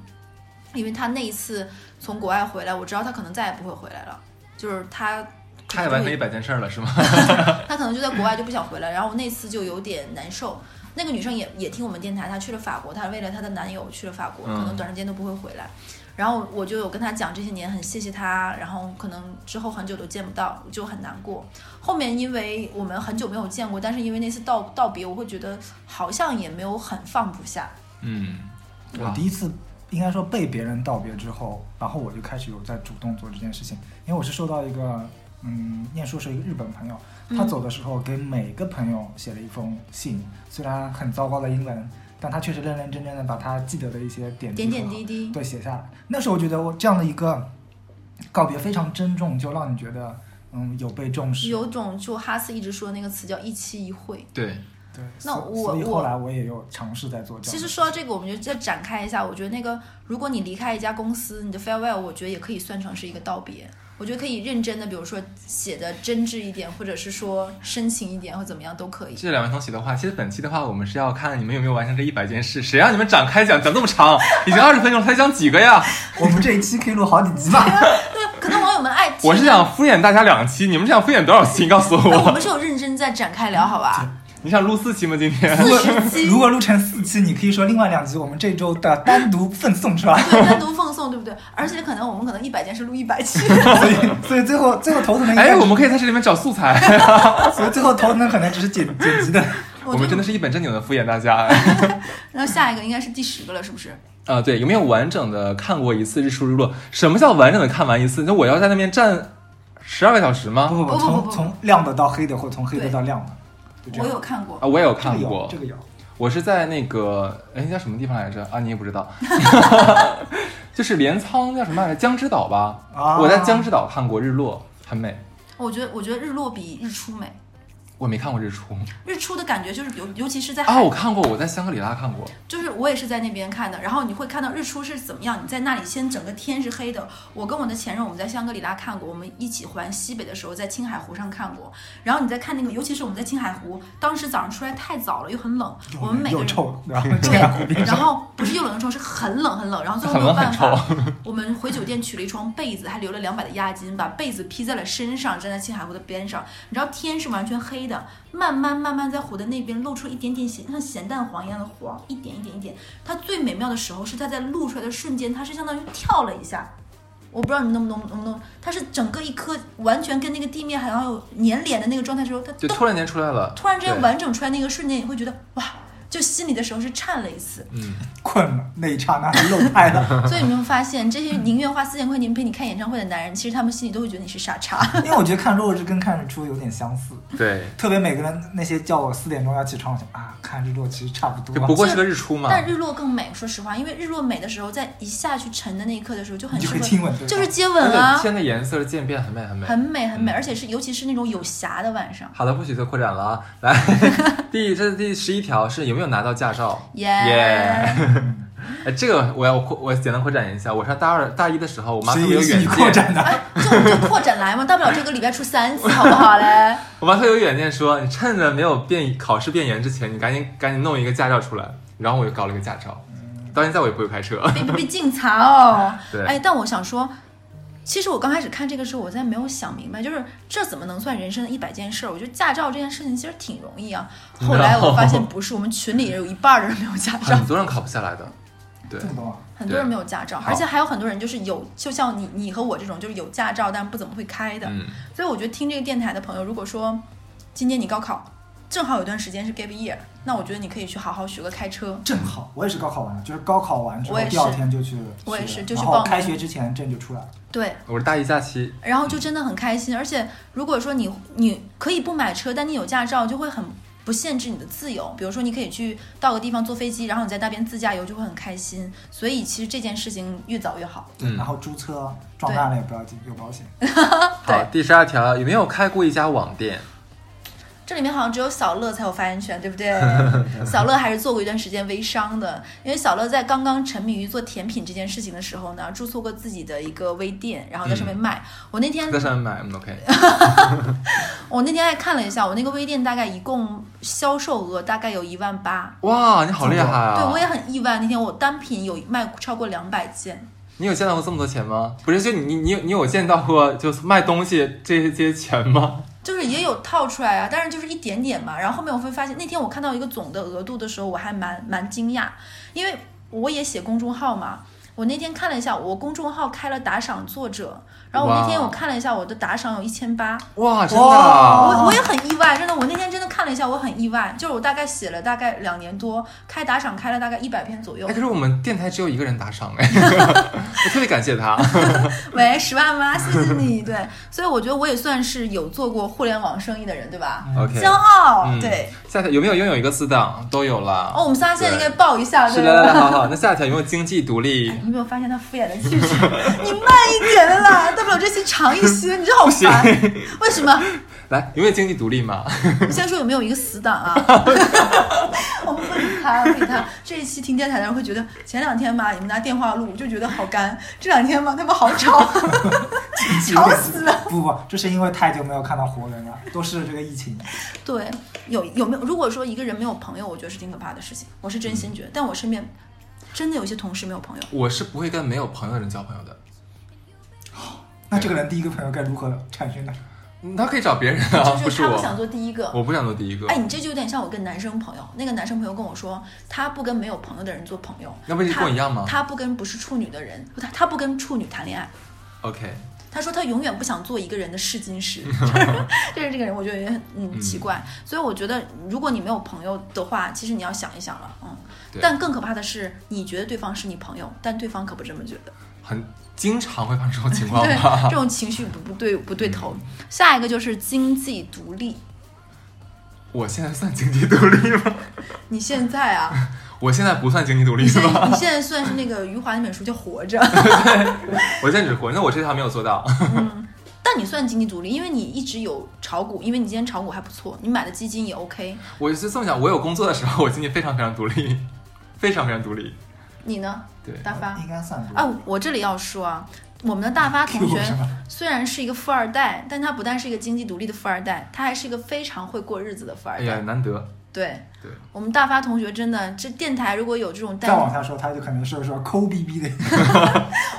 [SPEAKER 2] 因为她那一次从国外回来，我知道她可能再也不会回来了，就是她。
[SPEAKER 3] 他也完成一百件事儿了，是吗？
[SPEAKER 2] 他可能就在国外就不想回来，然后我那次就有点难受。那个女生也也听我们电台，她去了法国，她为了她的男友去了法国，
[SPEAKER 3] 嗯
[SPEAKER 2] 可能短时间都不会回来。然后我就有跟她讲这些年很谢谢她，然后可能之后很久都见不到，我就很难过。后面因为我们很久没有见过，但是因为那次道道别，我会觉得好像也没有很放不下。
[SPEAKER 3] 嗯，
[SPEAKER 4] 我
[SPEAKER 2] 啊
[SPEAKER 4] 第一次应该说被别人道别之后，然后我就开始有在主动做这件事情，因为我是受到一个嗯，念书时候一个日本朋友，他
[SPEAKER 2] 嗯
[SPEAKER 4] 走的时候给每个朋友写了一封信，虽然很糟糕的英文，但他确实认认真真的把他记得的一些点
[SPEAKER 2] 点点
[SPEAKER 4] 和
[SPEAKER 2] 滴滴
[SPEAKER 4] 对写下来。那时候我觉得我这样的一个告别非常珍重，就让你觉得嗯有被重视，
[SPEAKER 2] 有种就哈斯一直说的那个词叫一期一会，
[SPEAKER 3] 对，
[SPEAKER 4] 对，
[SPEAKER 2] 那
[SPEAKER 4] 所
[SPEAKER 2] 我
[SPEAKER 4] 所以
[SPEAKER 2] 我
[SPEAKER 4] 后来我也有尝试在做这样的事情。
[SPEAKER 2] 其实说到这个，我们就再展开一下。我觉得那个，如果你离开一家公司，你的 farewell，我觉得也可以算成是一个道别。我觉得可以认真的，比如说写的真挚一点，或者是说深情一点，或怎么样都可以。
[SPEAKER 3] 谢谢两位同学的话，其实本期的话，我们是要看你们有没有完成这一百件事。谁让你们展开讲讲这么长？已经二十分钟了，才讲几 个呀？
[SPEAKER 4] 我们这一期可以录好几集吧？
[SPEAKER 2] 对，可能网友们爱听。
[SPEAKER 3] 我是想敷衍大家两期，你们是想敷衍多少期？你告诉
[SPEAKER 2] 哎，我
[SPEAKER 3] 我，
[SPEAKER 2] 们是有认真在展开聊，好吧？
[SPEAKER 3] 你想录四期吗？今天
[SPEAKER 2] 四 十期
[SPEAKER 4] 如果录成四期，你可以说另外两集我们这周的单独奉送出来。
[SPEAKER 2] 对，单独放送，对不对？而且可能我们可能一百件事录一百期。
[SPEAKER 4] 所以，所以最后最后头疼的应
[SPEAKER 3] 哎，
[SPEAKER 4] 该
[SPEAKER 3] 我们可以在这里面找素材。
[SPEAKER 4] 所以最后头疼的可能只是剪剪辑的。
[SPEAKER 3] 我们
[SPEAKER 2] 觉
[SPEAKER 3] 真
[SPEAKER 2] 得，
[SPEAKER 3] 的是一本正经的敷衍大家。
[SPEAKER 2] 然后下一个应该是第十个了，是不是？
[SPEAKER 3] 啊，对，有没有完整的看过一次日出日落？什么叫完整的看完一次？那我要在那边站十二个小时
[SPEAKER 4] 不
[SPEAKER 3] 吗？
[SPEAKER 4] 不
[SPEAKER 2] 不不不
[SPEAKER 4] 从
[SPEAKER 2] 不
[SPEAKER 4] 从亮的到黑的，或从黑的
[SPEAKER 2] 对
[SPEAKER 4] 到亮的，就这
[SPEAKER 2] 我
[SPEAKER 4] 样。
[SPEAKER 2] 有看过
[SPEAKER 3] 啊，，我也有
[SPEAKER 4] 这个
[SPEAKER 3] 看
[SPEAKER 4] 有
[SPEAKER 3] 过，
[SPEAKER 4] 这个有，
[SPEAKER 3] 我是在那个哎叫什么地方来着啊？你也不知道，就是镰仓叫什么来着？江之岛吧。
[SPEAKER 4] 啊
[SPEAKER 3] 我在江之岛看过日落，很美。
[SPEAKER 2] 我觉得我觉得日落比日出美。
[SPEAKER 3] 我没看过日出
[SPEAKER 2] 日出的感觉就是，尤尤其是在海
[SPEAKER 3] 啊，我看过，我在香格里拉看过。
[SPEAKER 2] 就是我也是在那边看的，然后你会看到日出是怎么样。你在那里先整个天是黑的。我跟我的前任我们在香格里拉看过，我们一起环西北的时候在青海湖上看过。然后你再看那个，尤其是我们在青海湖，当时早上出来太早了，又很冷，我们每个
[SPEAKER 4] 又
[SPEAKER 2] 人
[SPEAKER 4] 臭，然后 这样
[SPEAKER 2] 对，啊然后不是又冷又臭，是很冷很冷。然后最后
[SPEAKER 3] 很
[SPEAKER 2] 没有
[SPEAKER 3] 冷
[SPEAKER 2] 办
[SPEAKER 3] 很臭
[SPEAKER 2] 法，我们回酒店取了一床被子，还留了两百的押金，把被子披在了身上，站在青海湖的边上。你知道天是完全黑的，慢慢慢慢在湖的那边露出一点点咸，像咸蛋黄一样的黄，一点一点一点。它最美妙的时候是它在露出来的瞬间，它是相当于跳了一下。我不知道你能不能能不能，它是整个一颗完全跟那个地面好像有粘连的那个状态之后，它
[SPEAKER 3] 就
[SPEAKER 2] 动
[SPEAKER 3] 突然间出来了。
[SPEAKER 2] 突然之间
[SPEAKER 3] 对
[SPEAKER 2] 完整出来那个瞬间，你会觉得哇，就心里的时候是颤了一次。
[SPEAKER 3] 嗯，
[SPEAKER 4] 困了，那一刹那就漏拍了。
[SPEAKER 2] 所以你会发现，这些宁愿花四千块钱陪你看演唱会的男人，其实他们心里都会觉得你是傻叉。
[SPEAKER 4] 因为我觉得看落日跟看日出有点相似，
[SPEAKER 3] 对，
[SPEAKER 4] 特别每个人那些叫我四点钟要起床，我想啊，看日落其实差不多
[SPEAKER 3] 就
[SPEAKER 4] 啊。
[SPEAKER 3] 不过是个日出嘛。
[SPEAKER 2] 但日落更美，说实话，因为日落美的时候，在一下去沉的那一刻的时候，就很
[SPEAKER 4] 你
[SPEAKER 2] 适
[SPEAKER 4] 就可以
[SPEAKER 2] 合，
[SPEAKER 4] 亲吻对方，
[SPEAKER 2] 就是接吻
[SPEAKER 3] 而且
[SPEAKER 2] 啊，
[SPEAKER 3] 天的颜色渐变，很美很美。
[SPEAKER 2] 很美很美，
[SPEAKER 3] 嗯
[SPEAKER 2] 而且是尤其是那种有霞的晚上，
[SPEAKER 3] 好的，不许再扩展了啊！来， 第这是第十一条是有没有拿到驾照？
[SPEAKER 2] 耶、
[SPEAKER 3] 耶哎，这个我要扩，我简单扩展一下。我上大二、大一的时候，我妈特
[SPEAKER 4] 谁
[SPEAKER 3] 别有
[SPEAKER 4] 允许
[SPEAKER 3] 远
[SPEAKER 4] 你扩
[SPEAKER 3] 见，
[SPEAKER 4] 展的？
[SPEAKER 2] 这我哎们就扩展来嘛，大不了这个礼拜出三次，好不好嘞？
[SPEAKER 3] 我妈特别有远见，说你趁着没有变考试变严之前，你赶紧赶紧弄一个驾照出来。然后我就搞了个驾照，到现在我也不会开车。！
[SPEAKER 2] 别别别敬茶哦
[SPEAKER 3] 对
[SPEAKER 2] 哎，但我想说，其实我刚开始看这个时候，我在没有想明白，就是这怎么能算人生的一百件事儿？我觉得驾照这件事情其实挺容易啊。后来我发现不是，我们群里也有一半儿的人没有驾照
[SPEAKER 3] 很，多人考不下来的，对
[SPEAKER 4] 这么多啊？
[SPEAKER 2] 很多人没有驾照，而且还有很多人就是有，就像你你和我这种，就是有驾照但不怎么会开的。
[SPEAKER 3] 嗯，
[SPEAKER 2] 所以我觉得听这个电台的朋友，如果说今年你高考正好有段时间是 gap year，那我觉得你可以去好好学个开车。
[SPEAKER 4] 正好，我也是高考完了，就是高考完之后
[SPEAKER 2] 我也是
[SPEAKER 4] 第二天就去，
[SPEAKER 2] 我也是就去
[SPEAKER 4] 然
[SPEAKER 2] 报名
[SPEAKER 4] 后开学之前证就出来了。
[SPEAKER 2] 对，
[SPEAKER 3] 我是大一假期，
[SPEAKER 2] 然后就真的很开心。而且如果说你你可以不买车，但你有驾照就会很不限制你的自由。比如说你可以去到个地方坐飞机，然后你在那边自驾游就会很开心。所以其实这件事情越早越好。
[SPEAKER 3] 嗯
[SPEAKER 4] 然。后租车撞烂了也不要紧，有保险。
[SPEAKER 2] 哦
[SPEAKER 3] 好，第十二条有没有开过一家网店？
[SPEAKER 2] 这里面好像只有小乐才有发言权，对不对？小乐还是做过一段时间微商的，因为小乐在刚刚沉迷于做甜品这件事情的时候呢，注册过自己的一个微店，然后在上面卖。我那天
[SPEAKER 3] 在上面买嗯，OK，
[SPEAKER 2] 我那天还看了一下，我那个微店大概一共销售额大概有一万八，
[SPEAKER 3] 哇，你好厉害啊！
[SPEAKER 2] 对，我也很意外。那天我单品有卖超过两百件，
[SPEAKER 3] 你有见到过这么多钱吗？不是，就你你你有你有见到过就是卖东西这些这些钱吗？
[SPEAKER 2] 就是也有套出来啊，但是就是一点点嘛。然后后面我会发现，那天我看到一个总的额度的时候，我还蛮蛮惊讶，因为我也写公众号嘛。我那天看了一下，我公众号开了打赏作者，然后我那天
[SPEAKER 3] 哇
[SPEAKER 2] 我看了一下，我的打赏有一千八，
[SPEAKER 3] 哇，真的
[SPEAKER 4] 哇
[SPEAKER 3] 啊！
[SPEAKER 2] 我我也很意外，真的，我那天真的看了一下，我很意外，就是我大概写了大概两年多，开打赏开了大概一百篇左右
[SPEAKER 3] 哎，可，是我们电台只有一个人 打赏哎，我特别感谢他。
[SPEAKER 2] 喂，十万吗？谢谢你，对，所以我觉得我也算是有做过互联网生意的人，对吧？
[SPEAKER 3] OK，
[SPEAKER 2] 骄傲，
[SPEAKER 3] 嗯
[SPEAKER 2] 对。
[SPEAKER 3] 下条有没有拥有一个私档？都有啦。
[SPEAKER 2] 哦，我们仨现在应该报一下，
[SPEAKER 3] 是
[SPEAKER 2] 对
[SPEAKER 3] 来来来，
[SPEAKER 2] 吧？
[SPEAKER 3] 好好，那下一条有没有经济独立？
[SPEAKER 2] 你有没有发现他敷衍的气质？ 你慢一点 啦，大不了这期长一些，你这好烦。为什么？
[SPEAKER 3] 来，有没有经济独立嘛？
[SPEAKER 2] 你先说有没有有一个死党 啊， 我们不理他，不理他。这一期听电台的人会觉得，前两天吧，你们拿电话录，我就觉得好干；这两天吧，他们好 吵， 吵死了。
[SPEAKER 4] 不不，这是因为太久没有看到活人了，都是这个 疫情。
[SPEAKER 2] 对，有有没有？如果说一个人没有朋友，我觉得是挺可怕的事情，我是真心觉得。但我身边真的有些同事没有朋友，
[SPEAKER 3] 我是不会跟没有朋友的人交朋友的，
[SPEAKER 4] 那这个人第一个朋友该如何产生呢？
[SPEAKER 3] 嗯他可以找别人 啊，
[SPEAKER 2] 就
[SPEAKER 3] 不
[SPEAKER 2] 是
[SPEAKER 3] 是
[SPEAKER 2] 他
[SPEAKER 3] 我
[SPEAKER 2] 不，想做第一个。
[SPEAKER 3] 我不想做第一个
[SPEAKER 2] 哎，，你这就有点像我跟男生朋友，那个男生朋友跟我说，他不跟没有朋友的人做朋友，
[SPEAKER 3] 那不是
[SPEAKER 2] 他
[SPEAKER 3] 跟我一样吗
[SPEAKER 2] 他不跟不是处女的人，他他不跟处女谈恋爱。
[SPEAKER 3] ？OK，
[SPEAKER 2] 他说他永远不想做一个人的试金 石，就是这个人，我觉得也很嗯
[SPEAKER 3] 嗯
[SPEAKER 2] 奇怪。所以我觉得，如果你没有朋友的话，其实你要想一想了，嗯。
[SPEAKER 3] 对
[SPEAKER 2] 但更可怕的是，你觉得对方是你朋友，但对方可不这么觉得。
[SPEAKER 3] 很经常会发生这种情况
[SPEAKER 2] 对，
[SPEAKER 3] 吧
[SPEAKER 2] 这？种情绪不不对不对头。
[SPEAKER 3] 嗯
[SPEAKER 2] 下一个就是经济独立。
[SPEAKER 3] 我现在算经济独立吗？
[SPEAKER 2] 你现在啊，
[SPEAKER 3] 我现在 不算经济独 立
[SPEAKER 2] 你
[SPEAKER 3] 是
[SPEAKER 2] 现在
[SPEAKER 3] 吧？
[SPEAKER 2] 你现在算是那个余华那本书叫《活着》，
[SPEAKER 3] 我现在只活，那我这条没有做到。
[SPEAKER 2] 但你算经济独立，因为你一直有炒股，因为你今天炒股还不错，你买的基金也 OK。
[SPEAKER 3] 我是这么想，我有工作的时候，我经济非常非常独立，非常非常独立。
[SPEAKER 2] 你呢，
[SPEAKER 3] 对，
[SPEAKER 2] 大发？
[SPEAKER 4] 应该算
[SPEAKER 3] 呃
[SPEAKER 2] 啊
[SPEAKER 4] 多。，
[SPEAKER 2] 我这里要说啊，我们的大 发同
[SPEAKER 4] Q
[SPEAKER 2] 学
[SPEAKER 4] 什么
[SPEAKER 2] 虽然是一个富二代，但他不但是一个经济独立的富二代，他还是一个非常会过日子的富二
[SPEAKER 3] 哎
[SPEAKER 2] 代。
[SPEAKER 3] 呀，难得。
[SPEAKER 2] 对，
[SPEAKER 3] 对，
[SPEAKER 2] 我们大发同学真的，这电台如果有这种
[SPEAKER 4] 再往
[SPEAKER 2] 单，
[SPEAKER 4] 下说，他就可能是说抠逼逼的。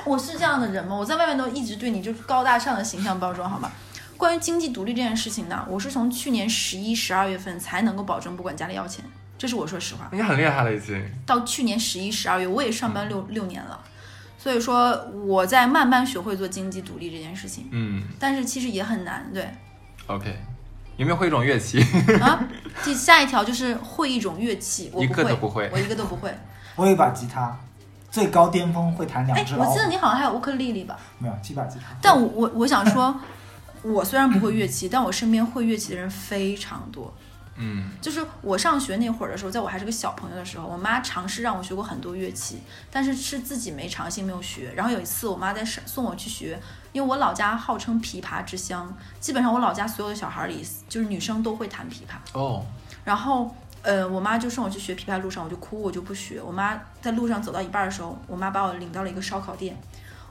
[SPEAKER 2] 我是这样的人吗？我在外面都一直对你就是高大上的形象包装，好吗？关于经济独立这件事情呢，我是从去年十一、十二月份才能够保证不管家里要钱，这是我说实话。
[SPEAKER 3] 你很厉害了已经。
[SPEAKER 2] 到去年十一、十二月，我也上
[SPEAKER 3] 嗯
[SPEAKER 2] 班六六年了，所以说我在慢慢学会做经济独立这件事情。
[SPEAKER 3] 嗯
[SPEAKER 2] 但是其实也很难，对
[SPEAKER 3] ，OK，有没有会一种乐器？
[SPEAKER 2] 啊。这下一条就是会一种乐器，我
[SPEAKER 3] 一
[SPEAKER 2] 不
[SPEAKER 3] 个
[SPEAKER 2] 会，
[SPEAKER 3] 都不会
[SPEAKER 2] 我一个都不 会。
[SPEAKER 4] 我有一把吉他，最高巅峰会弹
[SPEAKER 2] 哎
[SPEAKER 4] 两只，
[SPEAKER 2] 我
[SPEAKER 4] 老
[SPEAKER 2] 记
[SPEAKER 4] 虎
[SPEAKER 2] 得，你好像还有乌克丽丽吧？
[SPEAKER 4] 没有几把吉他。
[SPEAKER 2] 但我我我想说，我虽然不会乐器，但我身边会乐器的人非常多。
[SPEAKER 3] 嗯，
[SPEAKER 2] 就是我上学那会儿的时候，在我还是个小朋友的时候，我妈尝试让我学过很多乐器，但是是自己没尝新没有学。然后有一次，我妈在上送我去学，因为我老家号称琵琶之乡，基本上我老家所有的小孩里，就是女生都会弹琵琶。
[SPEAKER 3] 哦，
[SPEAKER 2] 然后，呃，我妈就送我去学琵琶，路上我就哭，我就不学。我妈在路上走到一半的时候，我妈把我领到了一个烧烤店，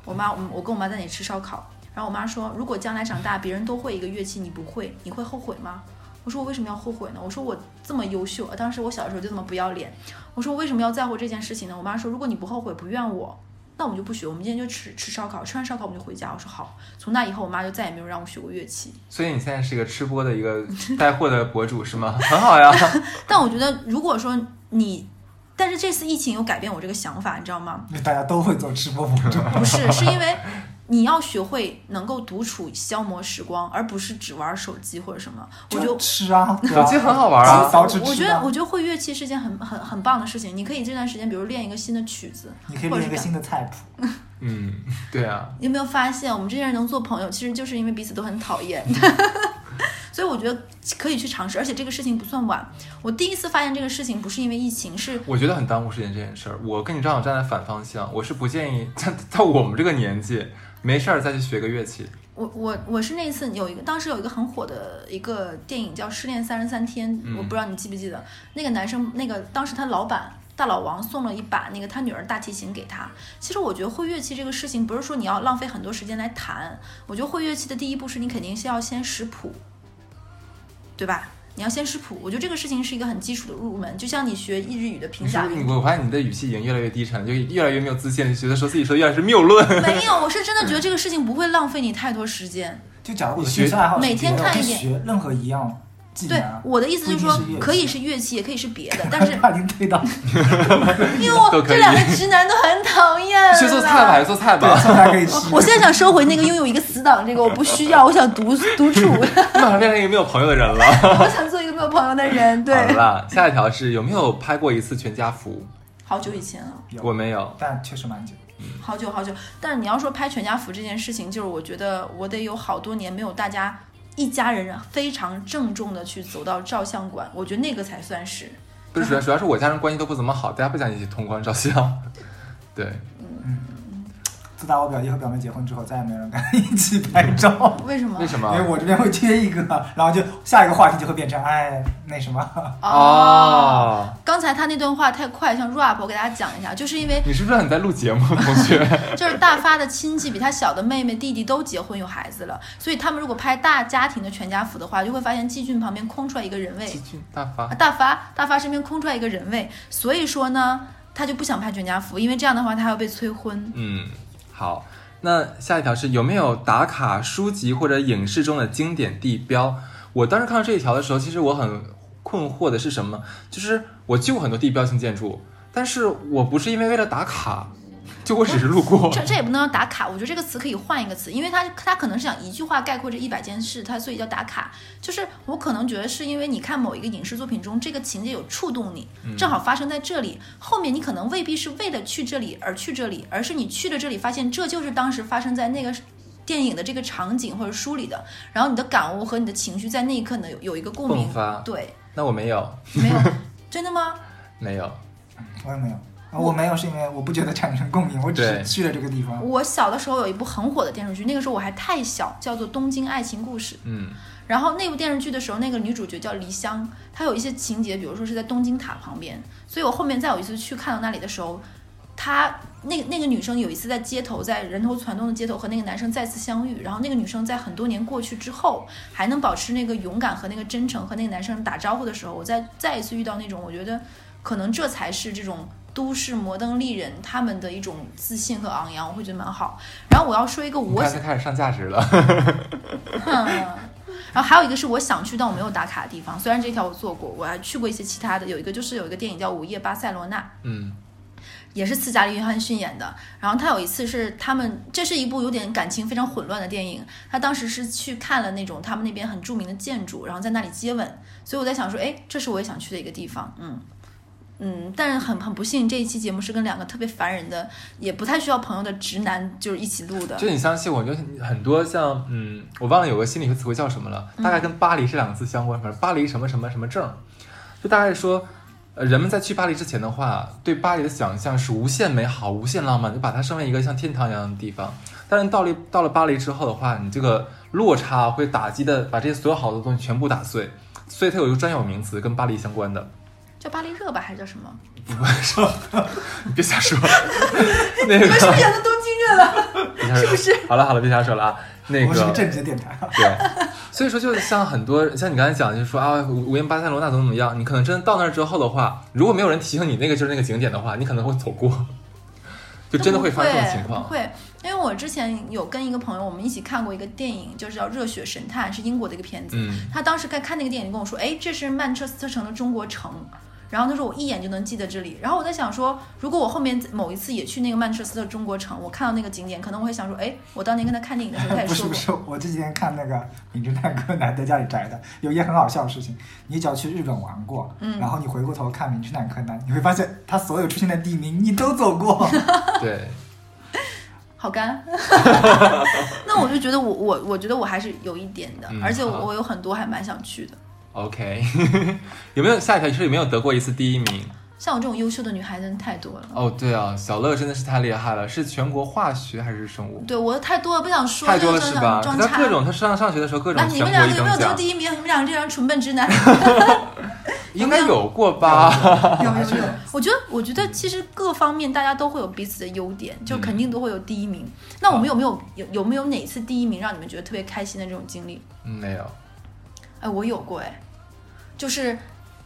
[SPEAKER 2] 我妈我们我跟我妈在那里吃烧烤，然后我妈说，如果将来长大别人都会一个乐器，你不会，你会后悔吗？我说我为什么要后悔呢？我说我这么优秀，呃当时我小的时候就这么不要脸。我说我为什么要在乎这件事情呢？我妈说如果你不后悔不怨我，那我们就不学，我们今天就吃吃烧烤，吃完烧烤我们就回家。我说好。从那以后，我妈就再也没有让我学过乐器。
[SPEAKER 3] 所以你现在是一个吃播的一 个带货的博主是吗？很好呀。
[SPEAKER 2] 但我觉得，如果说你，但是这次疫情有改变我这个想法，你知道吗？
[SPEAKER 4] 因为大家都会做吃播博主，
[SPEAKER 2] 不是，是因为你要学会能够独处消磨时光，而不是只玩手机或者什么。 我
[SPEAKER 4] 就
[SPEAKER 2] 就。
[SPEAKER 4] 吃啊，对
[SPEAKER 3] 手
[SPEAKER 4] 啊
[SPEAKER 3] 机很好玩啊，
[SPEAKER 4] 早吃
[SPEAKER 2] 我
[SPEAKER 4] 吃
[SPEAKER 2] 觉得，
[SPEAKER 4] 啊
[SPEAKER 2] 我。觉得会乐器是件很很很棒的事情。你可以这段时间，比如练一个新的曲子，
[SPEAKER 4] 你可以
[SPEAKER 2] 或者
[SPEAKER 4] 练
[SPEAKER 2] 是
[SPEAKER 4] 一个
[SPEAKER 2] 干
[SPEAKER 4] 新的菜谱。
[SPEAKER 3] 嗯，对啊，
[SPEAKER 2] 你有没有发现，我们这些人能做朋友，其实就是因为彼此都很讨厌。 所以我觉得可以去尝试，而且这个事情不算晚。我第一次发现这个事情不是因为疫情，是
[SPEAKER 3] 我觉得很耽误时间这件事儿。我跟你正好站在反方向，我是不建议在在我们这个年纪没事儿再去学个乐器。
[SPEAKER 2] 我我我是那一次有一个，当时有一个很火的一个电影叫《失恋三十三天》，
[SPEAKER 3] 嗯
[SPEAKER 2] 我不知道你记不记得，那个男生那个当时他老板大老王送了一把那个他女儿大提琴给他。其实我觉得会乐器这个事情，不是说你要浪费很多时间来弹，我觉得会乐器的第一步是你肯定是要先识谱，对吧？你要先识谱，我觉得这个事情是一个很基础的入门，就像你学日语的
[SPEAKER 3] 你
[SPEAKER 2] 平
[SPEAKER 3] 是
[SPEAKER 2] 假
[SPEAKER 3] 不是
[SPEAKER 2] 名
[SPEAKER 3] 你？我发现你的语气已经越来越低沉，就越来越没有自信了，觉得说自己说的越来越是谬论。
[SPEAKER 2] 没有，我是真的觉得这个事情不会浪费你太多时间。
[SPEAKER 4] 就假如我
[SPEAKER 3] 你
[SPEAKER 4] 的
[SPEAKER 3] 学
[SPEAKER 4] 兴趣爱好是
[SPEAKER 2] 每天
[SPEAKER 4] 别的
[SPEAKER 2] 看
[SPEAKER 4] 我可以
[SPEAKER 2] 一点
[SPEAKER 4] 学任何一样技
[SPEAKER 2] 对
[SPEAKER 4] 能，。
[SPEAKER 2] 我的意思就是
[SPEAKER 4] 啊不
[SPEAKER 2] 说
[SPEAKER 4] 一定是乐，器
[SPEAKER 2] 可以是乐器，也可以是别的，但 是
[SPEAKER 4] 怕您 推到，
[SPEAKER 2] 因为我
[SPEAKER 3] 都可
[SPEAKER 2] 这
[SPEAKER 3] 以
[SPEAKER 2] 两个直男都很讨厌。啊
[SPEAKER 3] 学做菜吧，。学做菜吧，
[SPEAKER 4] 大家可以吃。
[SPEAKER 2] 我 现在想收回那个拥有一个死党，这个我不需要，我想独独处，
[SPEAKER 3] 你马上变成一个没有朋友的人了。
[SPEAKER 2] 我想做一个没有朋友的人。对
[SPEAKER 3] 好，了，下一条是有没有拍过一次全家福？
[SPEAKER 2] 好久以前了，
[SPEAKER 4] 有
[SPEAKER 3] 我没有，
[SPEAKER 4] 但确实蛮久。
[SPEAKER 2] 好久好久。但是你要说拍全家福这件事情，就是我觉得我得有好多年没有大家一家人啊非常郑重的去走到照相馆，我觉得那个才算是。
[SPEAKER 3] 不是主要主要是我家人关系都不怎么好，大家不想一起同框照相。对，
[SPEAKER 4] 自打我表弟和表妹结婚之后，再也没有人敢一起拍 照，
[SPEAKER 2] 为什么？
[SPEAKER 3] 为什
[SPEAKER 4] 因为
[SPEAKER 3] 么？
[SPEAKER 4] 我这边会缺一个，然后就下一个话题就会变成哎那什么，
[SPEAKER 2] 哦，
[SPEAKER 3] 哦，
[SPEAKER 2] 刚才他那段话太快，像 rap，我给大家讲一下，就是因为
[SPEAKER 3] 你是不是很在录节目，同学？
[SPEAKER 2] 就是大发的亲戚比他小的妹妹、弟弟都结婚有孩子了，所以他们如果拍大家庭的全家福的话，就会发现季俊旁边空出来一个人位
[SPEAKER 3] 奇，骏大
[SPEAKER 2] 啊
[SPEAKER 3] 发，
[SPEAKER 2] 大发大发身边空出来一个人位，所以说呢，他就不想拍全家福，因为这样的话他要被催婚。
[SPEAKER 3] 嗯，好。那下一条是有没有打卡书籍或者影视中的经典地标？我当时看到这一条的时候，其实我很困惑的是什么？就是我去过很多地标性建筑，但是我不是因为为了打卡，就我只是路过。
[SPEAKER 2] 这这也不能叫打卡，我觉得这个词可以换一个词，因为他他可能是想一句话概括这一百件事，他所以叫打卡。就是我可能觉得是因为你看某一个影视作品中这个情节有触动你，
[SPEAKER 3] 嗯
[SPEAKER 2] 正好发生在这里，后面你可能未必是为了去这里而去这里，而是你去了这里发现这就是当时发生在那个。电影的这个场景或者书里的，然后你的感悟和你的情绪在那一刻呢有有一个共鸣
[SPEAKER 3] 迸发，
[SPEAKER 2] 对，
[SPEAKER 3] 那 我没有，
[SPEAKER 2] 没有，真的吗？
[SPEAKER 3] 没有。
[SPEAKER 4] 我也没有，啊我没有是因为我不觉得产生共鸣，我只
[SPEAKER 3] 对
[SPEAKER 4] 是去了这个地方，
[SPEAKER 2] 我小的时候有一部很火的电视剧，那个时候我还太小，叫做《东京爱情故事》。
[SPEAKER 3] 嗯
[SPEAKER 2] 然后那部电视剧的时候，那个女主角叫黎香，她有一些情节，比如说是在东京塔旁边，所以我后面再有一次去看到那里的时候，她那那个女生有一次在街头，在人头攒动的街头和那个男生再次相遇，然后那个女生在很多年过去之后，还能保持那个勇敢和那个真诚，和那个男生打招呼的时候，我再再一次遇到那种，我觉得可能这才是这种。都市摩登丽人他们的一种自信和昂扬，我会觉得蛮好。然后我要说一个
[SPEAKER 3] 你
[SPEAKER 2] 我
[SPEAKER 3] 看，他开始上价值了。
[SPEAKER 2] 嗯 然后还有一个是我想去但我没有打卡的地方，虽然这条我做过，我还去过一些其他的。有一个就是有一个电影叫《午夜巴塞罗那》，
[SPEAKER 3] 嗯
[SPEAKER 2] 也是斯嘉丽·约翰逊演的。然后他有一次是他们，这是一部有点感情非常混乱的电影。他当时是去看了那种他们那边很著名的建筑，然后在那里接吻。所以我在想说，哎，这是我也想去的一个地方，嗯。嗯，但是很很不幸，这一期节目是跟两个特别烦人的，也不太需要朋友的直男就是一起录的，
[SPEAKER 3] 就你相信我，就是很多像嗯，我忘了有个心理学词汇叫什么了，
[SPEAKER 4] 嗯
[SPEAKER 3] 大概跟巴黎这两个字相关，反正巴黎什么什么什么症，就大概说，呃，人们在去巴黎之前的话，对巴黎的想象是无限美好、无限浪漫，就把它升为一个像天堂一样的地方。但是到了到了巴黎之后的话，你这个落差会打击的，把这些所有好的东西全部打碎，所以它有一个专有名词跟巴黎相关的，
[SPEAKER 2] 叫巴黎热吧，还是叫什么？
[SPEAKER 3] 不会说，你别瞎说， 那个
[SPEAKER 2] 你们是不是演的东京热了？
[SPEAKER 3] 别瞎说，好了好了，别瞎说了啊，那 个
[SPEAKER 4] 我们是个正直的电台。啊
[SPEAKER 3] 对，所以说就像很多像你刚才讲，就是说啊，无无烟巴塞罗那怎么怎么样，你可能真的到那儿之后的话，如果没有人提醒你那个就是那个景点的话，你可能会走过，就真的会发生这种情
[SPEAKER 2] 不
[SPEAKER 3] 况。
[SPEAKER 2] 会，因为我之前有跟一个朋友，我们一起看过一个电影，就是叫《热血神探》，是英国的一个片子。
[SPEAKER 3] 嗯，
[SPEAKER 2] 他当时在看那个电影，跟我说：“哎，这是曼彻斯特城的中国城。”然后他说我一眼就能记得这里。然后我在想说，如果我后面某一次也去那个曼彻斯特中国城，我看到那个景点，可能我会想说：“哎，我当年跟他看电影的时候，他也
[SPEAKER 4] 不是
[SPEAKER 2] 说
[SPEAKER 4] 不
[SPEAKER 2] 过。
[SPEAKER 4] 是，我这几天看那个《名侦探柯南》在家里宅的，有一件很好笑的事情，你只要去日本玩过，
[SPEAKER 2] 嗯
[SPEAKER 4] 然后你回过头看《名侦探柯南》，你会发现他所有出现的地名你都 走过。
[SPEAKER 3] 对，
[SPEAKER 2] 好干。 那我就觉得我我我觉得我还是有一点的，
[SPEAKER 3] 嗯
[SPEAKER 2] 而且
[SPEAKER 3] 好
[SPEAKER 2] 我我有很多还蛮想去的。
[SPEAKER 3] OK，有没有下一条就是有没有得过一次第一名？
[SPEAKER 2] 像我这种优秀的女孩子真的太多了。
[SPEAKER 3] 哦，对啊，小乐真的是太厉害了，是全国化学还是生物？
[SPEAKER 2] 对我太多了，不想说，
[SPEAKER 3] 太多了
[SPEAKER 2] 就是想
[SPEAKER 3] 吧？
[SPEAKER 2] 装
[SPEAKER 3] 他
[SPEAKER 2] 叉
[SPEAKER 3] 各种他上上学的时候各
[SPEAKER 2] 那
[SPEAKER 3] 种
[SPEAKER 2] 你
[SPEAKER 3] 全
[SPEAKER 2] 们
[SPEAKER 3] 国
[SPEAKER 2] 两
[SPEAKER 3] 一
[SPEAKER 2] 个有没有
[SPEAKER 3] 等
[SPEAKER 2] 得
[SPEAKER 3] 奖，
[SPEAKER 2] 第一名？你们两个这样纯笨 直男。
[SPEAKER 3] 应该有过吧？
[SPEAKER 4] 有有有，
[SPEAKER 2] 我觉得，我觉得其实各方面大家都会有彼此的优点，就
[SPEAKER 3] 嗯
[SPEAKER 2] 肯定都会有第一名。那我们有没有有有没有哪次第一名让你们觉得特别开心的这种经历？
[SPEAKER 3] 嗯没有，
[SPEAKER 2] 哎，我有过哎，就是，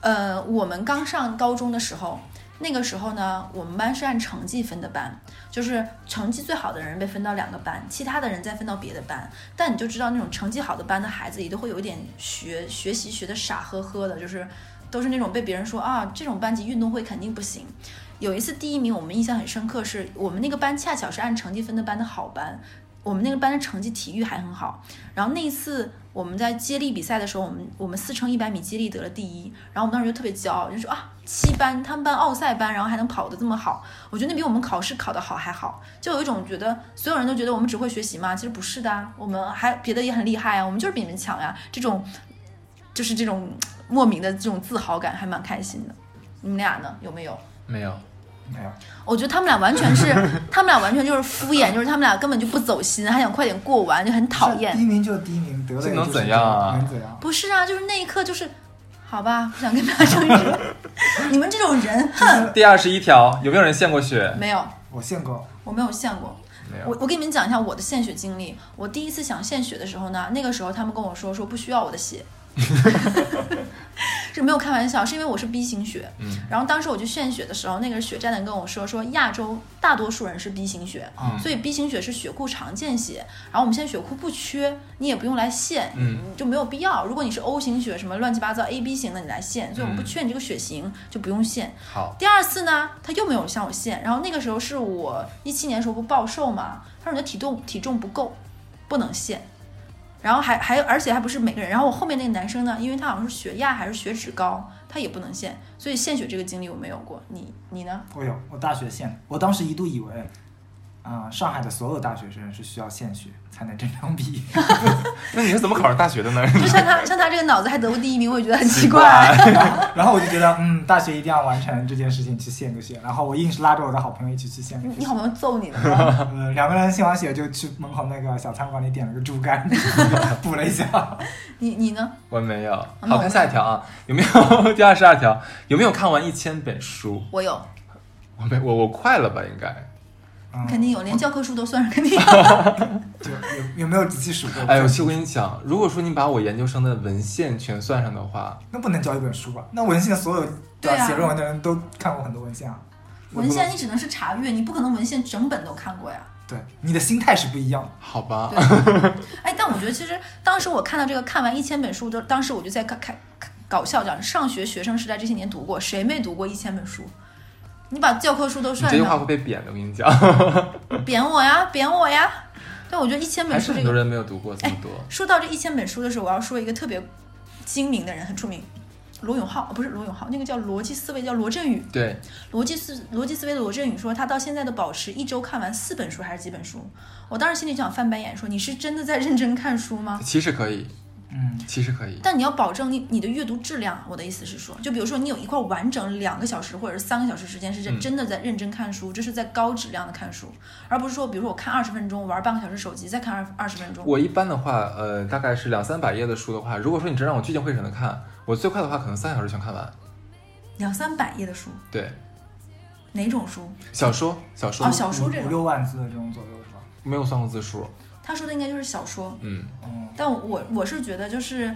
[SPEAKER 2] 呃，我们刚上高中的时候，那个时候呢，我们班是按成绩分的班，就是成绩最好的人被分到两个班，其他的人再分到别的班。但你就知道那种成绩好的班的孩子也都会有一点学学习学的傻呵呵的，就是都是那种被别人说啊，这种班级运动会肯定不行。有一次第一名，我们印象很深刻是，我们那个班恰巧是按成绩分的班的好班，我们那个班的成绩体育还很好。然后那一次我们在接力比赛的时候，我们我们四乘一百米接力得了第一，然后我们当时就特别骄傲，就说啊，七班他们班奥赛班，然后还能跑得这么好，我觉得那比我们考试考得好还好，就有一种觉得所有人都觉得我们只会学习嘛，其实不是的啊，我们还别的也很厉害啊，我们就是比你们强呀、这种就是这种莫名的这种自豪感还蛮开心的。你们俩呢？有没有？
[SPEAKER 3] 没有，
[SPEAKER 4] 没有，
[SPEAKER 2] 我觉得他们俩完全是，他们俩完全就是敷衍，就是他们俩根本就不走心，还想快点过完，就很讨
[SPEAKER 4] 是第
[SPEAKER 2] 厌。
[SPEAKER 4] 一名就是第一名，得了
[SPEAKER 3] 这
[SPEAKER 4] 也
[SPEAKER 3] 能
[SPEAKER 4] 就是
[SPEAKER 3] 怎样啊
[SPEAKER 4] 得了能怎 样？
[SPEAKER 2] 不是啊，就是那一刻就是，好吧，不想跟他争执。 你们这种人，哼，
[SPEAKER 3] 第二十一条，有没有人献过血？
[SPEAKER 2] 没有，
[SPEAKER 4] 我献过，
[SPEAKER 2] 我没有献过。
[SPEAKER 3] 没
[SPEAKER 2] 我。我给你们讲一下我的献血经历。我第一次想献血的时候呢，那个时候他们跟我说说不需要我的血， 是没有开玩笑，是因为我是 B 型血。
[SPEAKER 3] 嗯
[SPEAKER 2] 然后当时我去献血的时候，那个血站的人跟我说说亚洲大多数人是 B 型血，
[SPEAKER 3] 嗯
[SPEAKER 4] 啊
[SPEAKER 2] 所以 B 型血是血库常见血。然后我们现在血库不缺，你也不用来献，
[SPEAKER 3] 嗯
[SPEAKER 2] 你就没有必要。如果你是 O 型血什么乱七八糟 AB 型的，你来献，所以我们不
[SPEAKER 3] 嗯
[SPEAKER 2] 缺你这个血型，就不用献。
[SPEAKER 3] 好，
[SPEAKER 2] 第二次呢，他又没有向我献，然后那个时候是我一七年时候不暴瘦嘛，他说你的体重体重不够，不能献，然后还还而且还不是每个人，然后我后面那个男生呢，因为他好像是血压还是血脂高，他也不能献，所以献血这个经历我没有过，你你 呢？
[SPEAKER 4] 我有，我大学献的，我当时一度以为，啊、上海的所有大学生是需要献血才能正常毕业。
[SPEAKER 3] 那你是怎么考上大学的呢？
[SPEAKER 2] 就像他像他这个脑子还得过第一名，我也觉得很奇怪。
[SPEAKER 3] 怪，
[SPEAKER 4] 然后我就觉得，嗯，大学一定要完成这件事情，去献个血。然后我硬是拉着我的好朋友一起去献
[SPEAKER 2] 你
[SPEAKER 4] 个
[SPEAKER 2] 你
[SPEAKER 4] 血。
[SPEAKER 2] 好朋友揍你了吗？
[SPEAKER 4] 呃，两个人献完血就去门口那个小餐馆里点了个猪肝， 补了一下。
[SPEAKER 2] 你你呢？
[SPEAKER 3] 我没有。
[SPEAKER 2] 那
[SPEAKER 3] 好
[SPEAKER 2] 我
[SPEAKER 3] 看下一条啊，有没有 第二十二条？有没有看完一千本书？
[SPEAKER 2] 我有，
[SPEAKER 3] 我没，我我快了吧？应该。
[SPEAKER 4] 嗯，
[SPEAKER 2] 肯定有，连教科书都算上，肯定有。
[SPEAKER 4] 就有有没有仔细数过？
[SPEAKER 3] 哎，我其实我跟你讲，如果说你把我研究生的文献全算上的话，
[SPEAKER 4] 那不能叫一本书吧？那文献所有
[SPEAKER 2] 对啊
[SPEAKER 4] 写论文的人都看过很多文献啊。我
[SPEAKER 2] 文献
[SPEAKER 4] 不
[SPEAKER 2] 你只能是查阅，你不可能文献整本都看过呀。
[SPEAKER 4] 对你的心态是不一样的。
[SPEAKER 3] 好吧，
[SPEAKER 2] 哎，但我觉得其实当时我看到这个看完一千本书，就当时我就在看看看搞笑讲，上学学生时代这些年读过，谁没读过一千本书？你把教科书都
[SPEAKER 3] 你
[SPEAKER 2] 算
[SPEAKER 3] 这句话
[SPEAKER 2] 上，
[SPEAKER 3] 会被贬的。我跟你讲，
[SPEAKER 2] 贬我呀，贬我呀！对，我觉得一千
[SPEAKER 3] 还
[SPEAKER 2] 本
[SPEAKER 3] 是
[SPEAKER 2] 书这
[SPEAKER 3] 很多
[SPEAKER 2] 个，
[SPEAKER 3] 人没有读过这么多。
[SPEAKER 2] 说到这一千本书的时候，我要说一个特别精明的人，很出名，罗永浩，不是罗永浩，那个叫逻辑思维，叫罗振宇。
[SPEAKER 3] 对，
[SPEAKER 2] 逻辑思逻辑思维的罗振宇说，他到现在都保持一周看完四本书还是几本书。我当时心里就想翻白眼说，你是真的在认真看书吗？
[SPEAKER 3] 其实可以，
[SPEAKER 4] 嗯，
[SPEAKER 3] 其实可以。
[SPEAKER 2] 但你要保证你你的阅读质量，我的意思是说，就比如说你有一块完整两个小时或者是三个小时时间是
[SPEAKER 3] 嗯
[SPEAKER 2] 真真的在认真看书，这是在高质量的看书，而不是说比如说我看二十分钟，玩半个小时手机，再看二二十分钟。
[SPEAKER 3] 我一般的话，呃，大概是两三百页的书的话，如果说你真让我聚精会神的看，我最快的话可能三小时全看完。
[SPEAKER 2] 两三百页的书，
[SPEAKER 3] 对，
[SPEAKER 2] 哪种书？
[SPEAKER 3] 小说，小说、
[SPEAKER 2] 哦，小说
[SPEAKER 4] 五
[SPEAKER 2] 这
[SPEAKER 4] 五
[SPEAKER 2] 种。
[SPEAKER 4] 六万字的这种左右是吧？
[SPEAKER 3] 没有算过字数。
[SPEAKER 2] 他说的应该就是小说，
[SPEAKER 3] 嗯，
[SPEAKER 4] 嗯，
[SPEAKER 2] 但我我是觉得就是。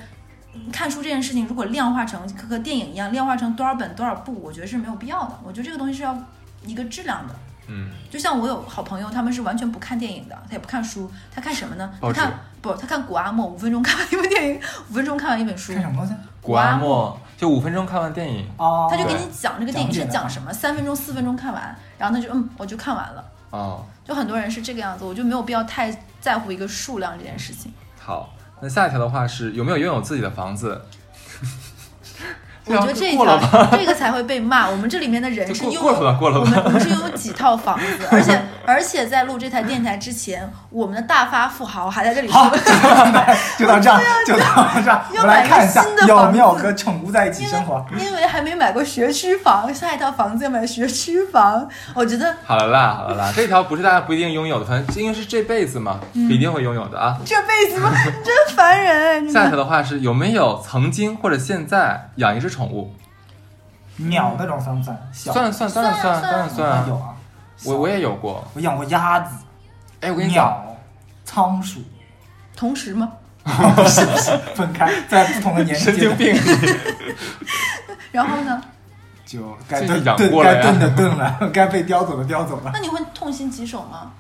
[SPEAKER 2] 嗯看书这件事情，如果量化成和和电影一样量化成多少本多少部，我觉得是没有必要的。我觉得这个东西是要一个质量的。
[SPEAKER 3] 嗯，
[SPEAKER 2] 就像我有好朋友，他们是完全不看电影的，他也不看书，他看什么呢？
[SPEAKER 3] 报
[SPEAKER 2] 他
[SPEAKER 3] 纸
[SPEAKER 2] 看不，他看古阿莫，五分钟看完一部电影，五分钟看完一本书
[SPEAKER 4] 看，什么东西？
[SPEAKER 3] 古阿莫就五分钟看完电影
[SPEAKER 4] 哦，
[SPEAKER 2] 他就给你讲这个电影
[SPEAKER 4] 讲解
[SPEAKER 2] 是
[SPEAKER 4] 的
[SPEAKER 2] 讲什么，三分钟、四分钟看完，然后他就嗯，我就看完了。
[SPEAKER 3] 啊、
[SPEAKER 2] 就很多人是这个样子，我就没有必要太在乎一个数量这件事情。
[SPEAKER 3] 好，那下一条的话是有没有拥有自己的房 子？
[SPEAKER 2] 我觉得这一
[SPEAKER 3] 过了吧
[SPEAKER 2] 条这个才会被骂。我们这里面的人是
[SPEAKER 3] 就
[SPEAKER 2] 拥
[SPEAKER 3] 过过了吧，
[SPEAKER 2] 有。
[SPEAKER 3] 过了
[SPEAKER 2] 我
[SPEAKER 3] 吧。
[SPEAKER 2] 们我们是拥有几套房子，而且而且在录这台电台之前，我们的大发富豪还在这里说
[SPEAKER 4] 好， 就到这儿，就到这儿。我
[SPEAKER 2] 要
[SPEAKER 4] 们来看一下
[SPEAKER 2] 买啊个新的
[SPEAKER 4] 有
[SPEAKER 2] 房
[SPEAKER 4] 没有
[SPEAKER 2] 子
[SPEAKER 4] 和宠物在一起
[SPEAKER 2] 因
[SPEAKER 4] 生活。
[SPEAKER 2] 为因为还没买过学区房，下一套房子要买学区房，我觉得
[SPEAKER 3] 好了啦，好了啦，这条不是大家不一定拥有的，反正因为是这辈子嘛，
[SPEAKER 2] 嗯
[SPEAKER 3] 一定会拥有的啊。
[SPEAKER 2] 这辈子嘛 真烦人。你
[SPEAKER 3] 下一
[SPEAKER 2] 们
[SPEAKER 3] 条的话是有没有曾经或者现在养一只宠物？
[SPEAKER 4] 鸟那种算不算？小
[SPEAKER 3] 算算当然
[SPEAKER 2] 算啊
[SPEAKER 3] 当然
[SPEAKER 4] 算
[SPEAKER 3] 算啊。
[SPEAKER 4] 有啊。
[SPEAKER 3] 我我也有过，
[SPEAKER 4] 我养过鸭子、
[SPEAKER 3] 哎，我跟你讲，
[SPEAKER 4] 鸟、仓鼠，
[SPEAKER 2] 同时吗？
[SPEAKER 4] 分开在不同的年龄
[SPEAKER 3] 神
[SPEAKER 4] 阶
[SPEAKER 3] 经
[SPEAKER 4] 段
[SPEAKER 3] 病，
[SPEAKER 2] 然后呢？
[SPEAKER 4] 就该
[SPEAKER 3] 这
[SPEAKER 4] 炖
[SPEAKER 3] 养
[SPEAKER 4] 炖
[SPEAKER 3] 过了
[SPEAKER 4] 该
[SPEAKER 3] 呀
[SPEAKER 4] 炖的炖了， 该被叼走的叼走了。
[SPEAKER 2] 那你会痛心疾首吗？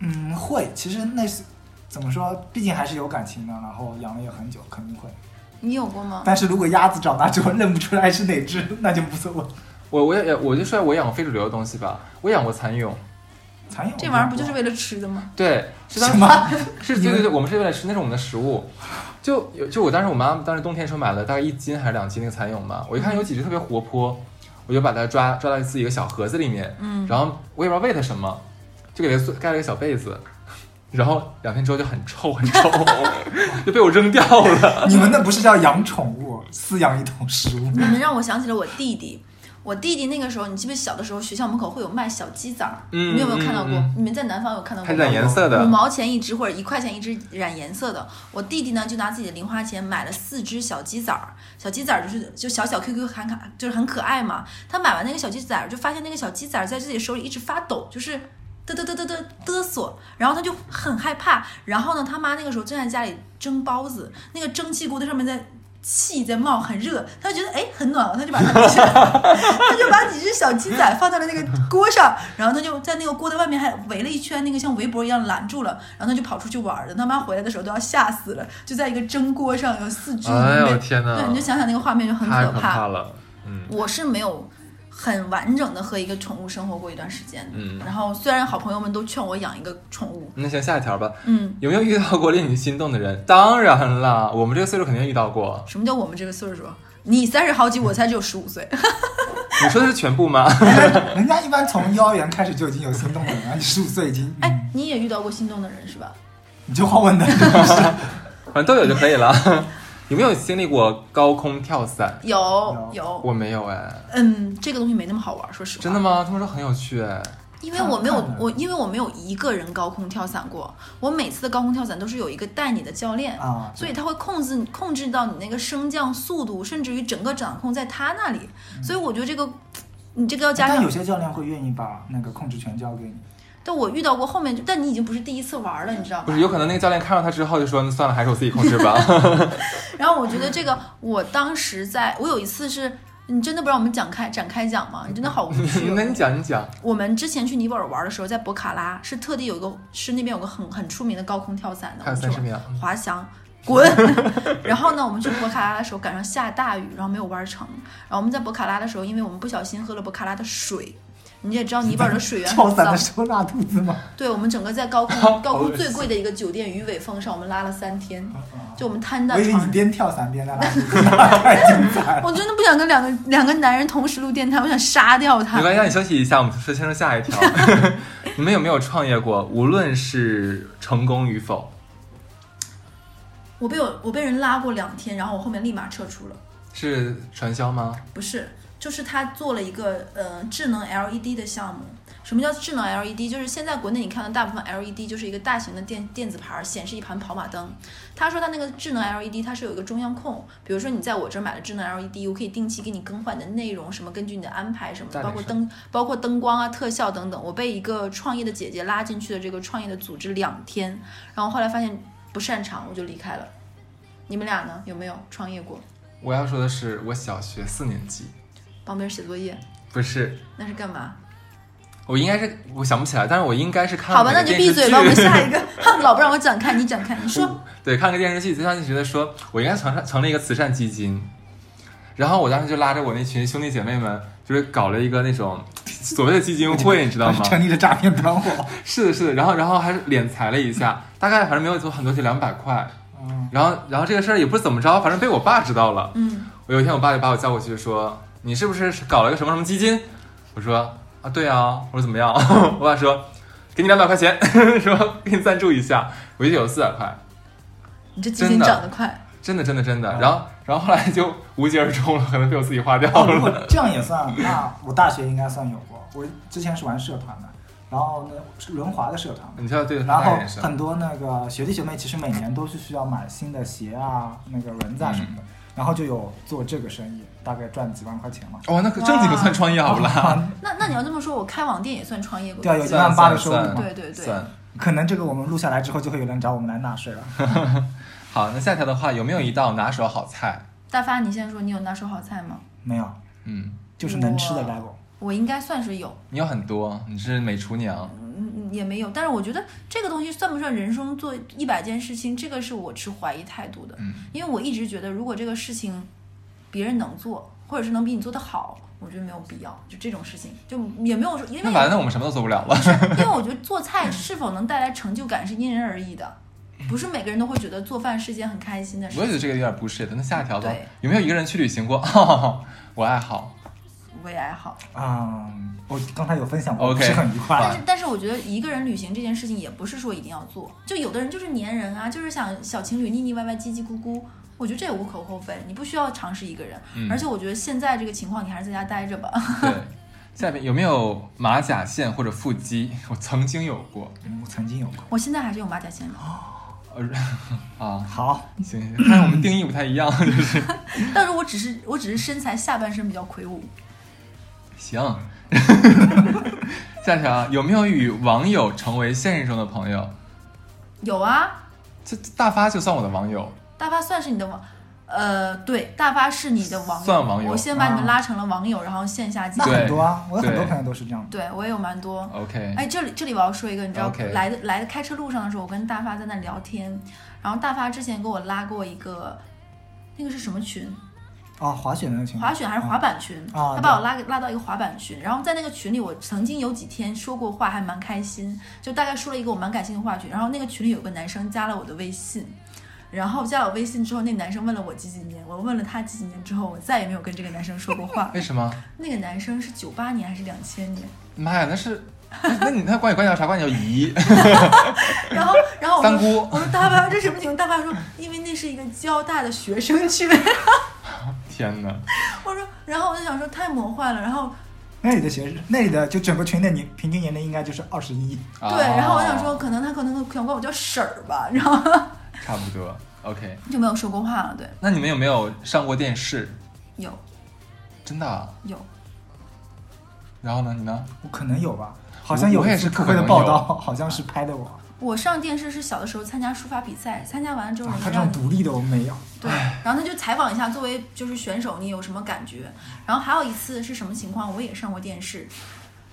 [SPEAKER 4] 嗯，会。其实那是怎么说？毕竟还是有感情的，然后养了也很久，肯定会。
[SPEAKER 2] 你有过吗？
[SPEAKER 4] 但是如果鸭子长大之后认不出来是哪只，那就无所谓。
[SPEAKER 3] 我我也我就说我养过非主流的东西吧，我养过蚕蛹，
[SPEAKER 4] 蚕蛹
[SPEAKER 2] 这玩意儿不就是为了吃的吗？
[SPEAKER 3] 对，是当
[SPEAKER 4] 什么？
[SPEAKER 3] 是对对对，我们是为了吃，那是我们的食物。就有就我当时我妈当时冬天时候买了大概一斤还是两斤那个蚕蛹嘛，我一看有几只特别活泼，我就把它抓抓到自己一个小盒子里面，
[SPEAKER 2] 嗯，
[SPEAKER 3] 然后我也不知道喂它什么，就给它做盖了一个小被子，然后两天之后就很臭很 臭，就被我扔掉了。
[SPEAKER 4] 你们那不是叫养宠物，饲养一种食物？
[SPEAKER 2] 你们让我想起了我弟弟。我弟弟那个时候，你记不记得小的时候，学校门口会有卖小鸡仔儿，
[SPEAKER 3] 嗯
[SPEAKER 2] 你有没有看到过？
[SPEAKER 3] 嗯嗯
[SPEAKER 2] 你们在南方有看到过
[SPEAKER 3] 它
[SPEAKER 2] 吗？
[SPEAKER 3] 染颜色
[SPEAKER 2] 五
[SPEAKER 3] 的，
[SPEAKER 2] 毛钱一只或者一块钱一只染颜色的。我弟弟呢就拿自己的零花钱买了四只小鸡仔儿，小鸡仔儿就是就小小 QQ 很可就是很可爱嘛。他买完那个小鸡仔儿，就发现那个小鸡仔儿在自己手里一直发抖，就是。嘚嘚嘚嘚嘚嘚瑟，然后他就很害怕。然后呢，他妈那个时候正在家里蒸包子，那个蒸汽锅在上面在气在冒，很热，他就觉得哎很暖和，他就把它 他就把几只小鸡仔放到了那个锅上，然后他就在那个锅的外面还围了一圈那个像围脖一样拦住了，然后他就跑出去玩了。他妈回来的时候都要吓死了，就在一个蒸锅上有四只鱼，
[SPEAKER 3] 哎呦天哪
[SPEAKER 2] 对，你就想想那个画面就很
[SPEAKER 3] 太
[SPEAKER 2] 可
[SPEAKER 3] 可
[SPEAKER 2] 怕。
[SPEAKER 3] 怕了，嗯，
[SPEAKER 2] 我是没有很完整的和一个宠物生活过一段时间的，
[SPEAKER 3] 嗯
[SPEAKER 2] 然后虽然好朋友们都劝我养一个宠物，
[SPEAKER 3] 那行下一条吧。
[SPEAKER 2] 嗯，
[SPEAKER 3] 有没有遇到过令你心动的人？当然了，我们这个岁数肯定遇到过。
[SPEAKER 2] 什么叫我们这个岁数？你三十好几，我才只有十五岁。
[SPEAKER 4] 嗯
[SPEAKER 3] 你说的是全部吗？
[SPEAKER 4] 人家一般从幼儿园开始就已经有心动的人了，你十五岁已经，嗯
[SPEAKER 2] 哎，你也遇到过心动的人是吧？
[SPEAKER 4] 你就花 问的，就是
[SPEAKER 3] 反正都有就可以了。 有没有经历过高空跳伞？
[SPEAKER 2] 有
[SPEAKER 4] 有
[SPEAKER 2] 有，
[SPEAKER 3] 我没有哎，
[SPEAKER 2] 嗯，这个东西没那么好玩，说实话。
[SPEAKER 3] 真的吗？他们说很有趣哎。
[SPEAKER 2] 因为我没有
[SPEAKER 4] 看看
[SPEAKER 2] 我，因为我没有一个人高空跳伞过，我每次的高空跳伞都是有一个带你的教练，
[SPEAKER 4] 啊，
[SPEAKER 2] 所以他会控制控制到你那个升降速度，甚至于整个掌控在他那里。所以我觉得这个，你这个要加
[SPEAKER 4] 嗯哎但有
[SPEAKER 2] 上。
[SPEAKER 4] 些教练会愿意把那个控制权交给你，
[SPEAKER 2] 但我遇到过后面就，但你已经不是第一次玩了，你知道
[SPEAKER 3] 不
[SPEAKER 2] 吗
[SPEAKER 3] 是，？有可能那个教练看到他之后就说：“那算了，还是我自己控制吧。
[SPEAKER 2] 然后我觉得这个，我当时在我有一次是。你真的不让我们讲开展开讲吗？你真的好无趣、哦
[SPEAKER 3] 。那你讲，你讲。
[SPEAKER 2] 我们之前去尼泊尔玩的时候，在博卡拉是特地有一个是那边有个很很出名的高空跳伞的，
[SPEAKER 3] 还有
[SPEAKER 2] 我们
[SPEAKER 3] 三
[SPEAKER 2] 就
[SPEAKER 3] 十秒，
[SPEAKER 2] 滑翔。滚！ 然后呢，我们去博卡拉的时候赶上下大雨，然后没有玩成。然后我们在博卡拉的时候，因为我们不小心喝了博卡拉的水，你也知道尼泊尔的水源
[SPEAKER 4] 跳
[SPEAKER 2] 很
[SPEAKER 4] 伞
[SPEAKER 2] 脏
[SPEAKER 4] 的。时候拉肚子吗？
[SPEAKER 2] 对，我们整个在高空高空最贵的一个酒店鱼尾峰上，我们拉了三天， 就我们瘫 在
[SPEAKER 4] 我以为
[SPEAKER 2] 床
[SPEAKER 4] 你
[SPEAKER 2] 上。
[SPEAKER 4] 边跳伞边拉 拉肚子，那太精彩了。
[SPEAKER 2] 我真的不想跟两个两个男人同时录电台，我想杀掉他
[SPEAKER 3] 没。关系，让你休息一下，我们先说下一条。 你们有没有创业过？无论是成功与否，
[SPEAKER 2] 我被我我被人拉过两天，然后我后面立马撤出了。
[SPEAKER 3] 是传销吗？
[SPEAKER 2] 不是，就是他做了一个呃智能 LED 的项目。什么叫智能 LED？就是现在国内你看到大部分 LED 就是一个大型的电电子牌儿显示一盘跑马灯。他说他那个智能 LED 它是有一个中央控，比如说你在我这儿买了智能 LED，我可以定期给你更换你的内容，什么根据你的安排什么的，
[SPEAKER 3] 大
[SPEAKER 2] 包
[SPEAKER 3] 概
[SPEAKER 2] 括
[SPEAKER 3] 是
[SPEAKER 2] 灯包括灯光啊、特效等等。我被一个创业的姐姐拉进去的这个创业的组织两天，然后后来发现不擅长，我就离开了。你们俩呢？有没有创业过？
[SPEAKER 3] 我要说的是，我小学四年级，
[SPEAKER 2] 帮别人写作业，
[SPEAKER 3] 不是，
[SPEAKER 2] 那是干嘛？
[SPEAKER 3] 我应该是我想不起来，但是我应该是看
[SPEAKER 2] 好
[SPEAKER 3] 了
[SPEAKER 2] 吧，
[SPEAKER 3] 哪
[SPEAKER 2] 那
[SPEAKER 3] 个
[SPEAKER 2] 你就闭
[SPEAKER 3] 电视
[SPEAKER 2] 嘴
[SPEAKER 3] 剧
[SPEAKER 2] 吧。我们下一个， 老不让我展开，你展开，你说。
[SPEAKER 3] 嗯对，看个电视剧，就像你觉得说，我应该成成立一个慈善基金，然后我当时就拉着我那群兄弟姐妹们，就是搞了一个那种所谓的基金会，你知道吗？
[SPEAKER 4] 成立了诈骗团伙。
[SPEAKER 3] 是的，是的，然后然后还是敛财了一下，大概反正没有多很多，就两百块。
[SPEAKER 4] 嗯，
[SPEAKER 3] 然后然后这个事儿也不是怎么着，反正被我爸知道了。
[SPEAKER 2] 嗯，
[SPEAKER 3] 我有一天我爸就把我叫过去说，你是不是搞了个什么什么基金？我说啊，对啊。我说怎么样？ 我爸说，给你两百块钱， 说给你赞助一下，我就有四百块。
[SPEAKER 2] 你这基金涨得快，
[SPEAKER 3] 真的，真的，真
[SPEAKER 2] 嗯
[SPEAKER 3] 的。然后， 然后后来就无疾而终了，可能被我自己花掉
[SPEAKER 4] 哦，如果
[SPEAKER 3] 了。
[SPEAKER 4] 这样也算，那我大学应该算有过。我之前是玩社团的，然后呢是轮滑的社团，
[SPEAKER 3] 你知道，对，
[SPEAKER 4] 然
[SPEAKER 3] 大
[SPEAKER 4] 后
[SPEAKER 3] 概也是。啊
[SPEAKER 4] 很多那个学弟学妹其实每年都是需要买新的鞋啊、那个轮子啊什么
[SPEAKER 3] 嗯
[SPEAKER 4] 的，然后就有做这个生意，大概赚几万块钱嘛。
[SPEAKER 3] 哇，哦那可正经不算创业好不啦？
[SPEAKER 2] 那那你要这么说，我开网店也算创业过
[SPEAKER 4] 对。啊，有一
[SPEAKER 3] 算
[SPEAKER 4] 万八的
[SPEAKER 3] 嗯算
[SPEAKER 4] 收入嘛。
[SPEAKER 2] 对对对，
[SPEAKER 3] 算
[SPEAKER 4] 可能这个我们录下来之后，就会有人找我们来纳税了。
[SPEAKER 3] 嗯好。那下一条的话，有没有一道拿手好菜？
[SPEAKER 2] 大发，你现在说你有拿手好菜吗？
[SPEAKER 4] 没有，
[SPEAKER 3] 嗯，
[SPEAKER 4] 就是能吃的
[SPEAKER 2] 哇
[SPEAKER 4] level。
[SPEAKER 2] 我应该算是有，
[SPEAKER 3] 你有很多，你是美厨娘。
[SPEAKER 2] 嗯，也没有。但是我觉得这个东西算不算人生做一百件事情，这个是我持怀疑态度的，
[SPEAKER 3] 嗯，
[SPEAKER 2] 因为我一直觉得如果这个事情别人能做，或者是能比你做得好，我觉得没有必要。就这种事情，就也没有说，因为
[SPEAKER 3] 那完了，我们什么都做不了了。
[SPEAKER 2] 因为我觉得做菜是否能带来成就感是因人而异的，不是每个人都会觉得做饭是件很开心的事
[SPEAKER 3] 我也觉
[SPEAKER 2] 情。
[SPEAKER 3] 得这个有点不是。那下一条吧
[SPEAKER 2] 对，
[SPEAKER 3] 有没有一个人去旅行过？ 我爱好。
[SPEAKER 2] 我也爱好，
[SPEAKER 4] 嗯，我刚才有分享过，
[SPEAKER 3] OK，
[SPEAKER 4] 不是很愉快。
[SPEAKER 2] 但是但是我觉得一个人旅行这件事情也不是说一定要做，就有的人就是粘人啊，就是想小情侣腻腻歪歪、唧唧咕咕。我觉得这也无可厚非，你不需要尝试一个人，
[SPEAKER 3] 嗯
[SPEAKER 2] 而且我觉得现在这个情况，你还是在家待着吧。
[SPEAKER 3] 对，下面有没有马甲线或者腹肌？我曾经有过，
[SPEAKER 4] 我曾经有过。
[SPEAKER 2] 我现在还是有马甲线的，
[SPEAKER 3] 呃， 啊，
[SPEAKER 4] 好，
[SPEAKER 3] 行，行看来我们定义不太一样， 就是
[SPEAKER 2] 但是我只是我只是身材下半身比较魁梧，
[SPEAKER 3] 行。下一条啊，有没有与网友成为现实中的朋友？
[SPEAKER 2] 有啊，
[SPEAKER 3] 这这大发就算我的网友，
[SPEAKER 2] 大发算是你的网，呃，对，大发是你的网友，
[SPEAKER 3] 算网友啊
[SPEAKER 2] 我先把你们拉成了网友，然后线下见
[SPEAKER 4] 那。
[SPEAKER 3] 对
[SPEAKER 4] 很多啊，我有很多
[SPEAKER 3] 对
[SPEAKER 4] 朋友都是这样的。
[SPEAKER 2] 对我也有蛮多。
[SPEAKER 3] OK，
[SPEAKER 2] 哎，这里这里我要说一个，你知道
[SPEAKER 3] OK
[SPEAKER 2] 来的来的开车路上的时候，我跟大发在那聊天，然后大发之前给我拉过一个，那个是什么群？
[SPEAKER 4] 哦，滑雪的那
[SPEAKER 3] 嗯。
[SPEAKER 4] 个群，
[SPEAKER 2] 滑雪还是滑板群？
[SPEAKER 4] 啊
[SPEAKER 2] 他把我拉拉到一个滑板群，然后在那个群里，我曾经有几天说过话，还蛮开心，就大概说了一个我蛮感兴趣的话题。然后那个群里有个男生加了我的微信，然后加了我微信之后，那个男生问了我几几年，我问了他几几年之后，我再也没有跟这个男生说过话
[SPEAKER 3] 为什么？
[SPEAKER 2] 那个男生是九八年还是两千年？
[SPEAKER 3] 妈呀，那是，那那你那管你管你叫啥？管你叫姨、
[SPEAKER 2] 然后，然后我说。
[SPEAKER 3] 三姑。
[SPEAKER 2] 我说大爸，这什么情况？大爸说，因为那是一个交大的 学生群。
[SPEAKER 3] 天哪，
[SPEAKER 2] 我说，然后我就想说太魔幻了。然后
[SPEAKER 4] 那里的学，那里的就整个群的年平均年龄应该就是二十一。
[SPEAKER 2] 对，然后我想
[SPEAKER 3] 哦
[SPEAKER 2] 说，可能他可能想管我叫婶儿吧，然后
[SPEAKER 3] 差不多。OK，
[SPEAKER 2] 就没有说过话了。对，
[SPEAKER 3] 那你们有没有上过电视？
[SPEAKER 2] 有
[SPEAKER 3] 真的啊、
[SPEAKER 2] 有，
[SPEAKER 3] 然后呢？你呢？
[SPEAKER 4] 我可能有吧，好像有
[SPEAKER 3] 我也
[SPEAKER 4] 一
[SPEAKER 3] 是
[SPEAKER 4] 次
[SPEAKER 3] 可
[SPEAKER 4] 普
[SPEAKER 3] 能有
[SPEAKER 4] 惠的报道， 好像是拍的我。
[SPEAKER 2] 我上电视是小的时候参加书法比赛，参加完了之后
[SPEAKER 4] 啊，
[SPEAKER 2] 人
[SPEAKER 4] 他
[SPEAKER 2] 家
[SPEAKER 4] 这
[SPEAKER 2] 让
[SPEAKER 4] 种
[SPEAKER 2] 你
[SPEAKER 4] 独立的我没有。
[SPEAKER 2] 对，然后他就采访一下作为就是选手你有什么感觉。然后还有一次是什么情况？我也上过电视。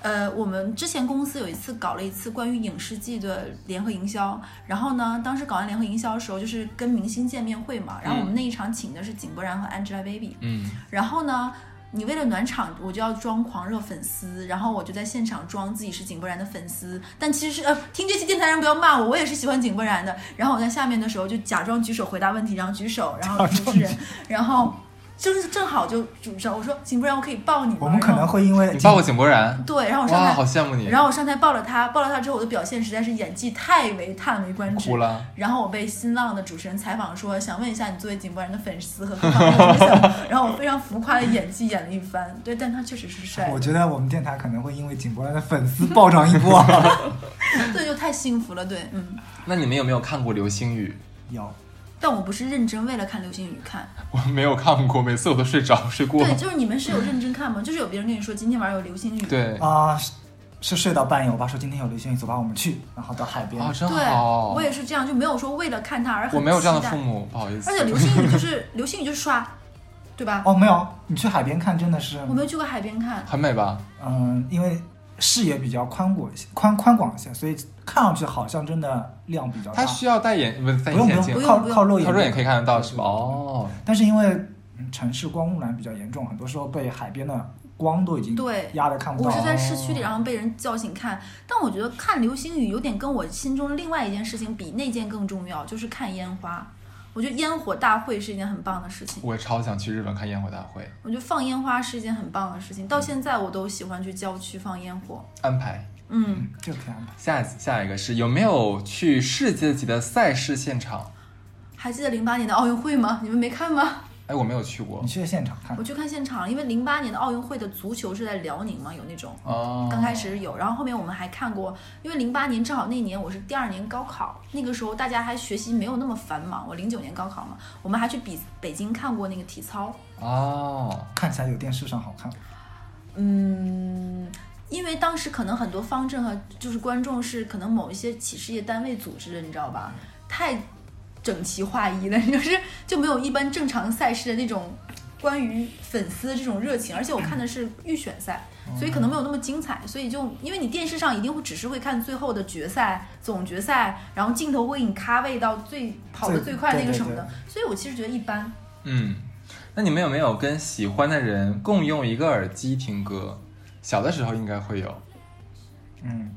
[SPEAKER 2] 呃，我们之前公司有一次搞了一次关于影视剧的联合营销，然后呢，当时搞完联合营销的时候，就是跟明星见面会嘛，然后我们那一场请的是井柏然和 Angelababy，
[SPEAKER 3] 嗯，
[SPEAKER 2] 然后呢，你为了暖场，我就要装狂热粉丝，然后我就在现场装自己是井柏然的粉丝，但其实是呃，听这期电台人不要骂我，我也是喜欢井柏然的。然后我在下面的时候就假装举手回答问题，然后举手，然后主持人，然后就是正好就主持人，我说井柏然，我可以抱你吗？
[SPEAKER 4] 我们可
[SPEAKER 2] 然
[SPEAKER 4] 能
[SPEAKER 2] 后
[SPEAKER 4] 会因为
[SPEAKER 3] 你抱过井柏然？
[SPEAKER 2] 对，然后我上
[SPEAKER 3] 哇，
[SPEAKER 2] 台
[SPEAKER 3] 好，羡慕你。
[SPEAKER 2] 然后我上台抱了他，抱了他之后，我的表现实在是演技太为叹为观止
[SPEAKER 3] 哭。了。
[SPEAKER 2] 然后我被新浪的主持人采访说，想问一下你作为井柏然的粉丝和各方面的想法，然后我非常浮夸的演技演了一番，对，但他确实是帅
[SPEAKER 4] 我，觉得我们电台可能会因为井柏然的粉丝暴涨一 波。
[SPEAKER 2] 对，就太幸福了，对，嗯，
[SPEAKER 3] 那你们有没有看过《流星雨
[SPEAKER 4] 有，
[SPEAKER 2] 但我不是认真为了看流星雨看，》？
[SPEAKER 3] 我没有看过，每次我都睡着睡过。
[SPEAKER 2] 对，就是你们是有认真看吗？就是有别人跟你说今天晚上有流星雨，
[SPEAKER 3] 对，
[SPEAKER 4] 啊、是是睡到半夜，我爸说今天有流星雨，走吧，我们去，然后到海边。
[SPEAKER 3] 哦，真
[SPEAKER 2] 对
[SPEAKER 3] 好。
[SPEAKER 2] 我也是这样，就没有说为了看他而很
[SPEAKER 3] 我没有这样的
[SPEAKER 2] 期待
[SPEAKER 3] 父，母，不好意思。
[SPEAKER 2] 而且流星雨就是流星雨就是刷，对吧？
[SPEAKER 4] 哦，没有，你去海边看真的是，
[SPEAKER 2] 我
[SPEAKER 4] 嗯、
[SPEAKER 2] 没有去过海边看，
[SPEAKER 3] 很美吧？
[SPEAKER 4] 因为视野比较宽广一些，宽宽广一些，所以看上去好像真的量比较
[SPEAKER 3] 他
[SPEAKER 4] 大。
[SPEAKER 3] 需要戴眼不是戴
[SPEAKER 4] 不用
[SPEAKER 3] 眼
[SPEAKER 4] 不
[SPEAKER 3] 镜
[SPEAKER 2] 不用
[SPEAKER 4] 用，靠
[SPEAKER 2] 不用
[SPEAKER 4] 靠肉眼，
[SPEAKER 3] 他肉眼可以看得到是吧？哦，
[SPEAKER 4] 但是因为、嗯城市光污染比较严重，很多时候被海边的光都已经
[SPEAKER 2] 对
[SPEAKER 4] 压得看不
[SPEAKER 2] 我
[SPEAKER 4] 到。
[SPEAKER 2] 是在市区里，然后被人叫醒看，但我觉得看流星雨有点跟我心中另外一件事情比那件更重要，就是看烟花。我觉得烟火大会是一件很棒的事情，
[SPEAKER 3] 我超想去日本看烟火大会，
[SPEAKER 2] 我觉得放烟花是一件很棒的事情，到现在我都喜欢去郊区放烟火。
[SPEAKER 3] 安排。
[SPEAKER 2] 嗯，
[SPEAKER 4] 嗯，这个可以安排。
[SPEAKER 3] 下一下一个是有没有去世界级的赛事现场？
[SPEAKER 2] 还记得零八年的奥运会吗？你们没看吗？
[SPEAKER 3] 哎，我没有去过
[SPEAKER 4] 你。去现场看
[SPEAKER 2] 我，去看现场，因为零八年的奥运会的足球是在辽宁嘛，有那种。
[SPEAKER 3] 哦，
[SPEAKER 2] 刚开始有，然后后面我们还看过，因为零八年正好那年我是第二年高考，那个时候大家还学习没有那么繁忙，我零九年高考嘛，我们还去比北京看过那个体操，
[SPEAKER 3] 哦，
[SPEAKER 4] 看起来有电视上好看。
[SPEAKER 2] 嗯。因为当时可能很多方阵和就是观众是可能某一些企事业单位组织的，你知道吧？太整齐划一了， 就是就没有一般正常赛事的那种关于粉丝的这种热情。而且我看的是预选赛，所以可能没有那么精彩。所以就因为你电视上一定会只是会看最后的决赛、总决赛，然后镜头会给你咖位到最跑得
[SPEAKER 4] 最
[SPEAKER 2] 最快那个
[SPEAKER 4] 对
[SPEAKER 2] 什么
[SPEAKER 4] 对
[SPEAKER 2] 的，所以我其实觉得一般。
[SPEAKER 3] 嗯，那你们有没有跟喜欢的人共用一个耳机听歌？小的时候应该会有，
[SPEAKER 4] 嗯，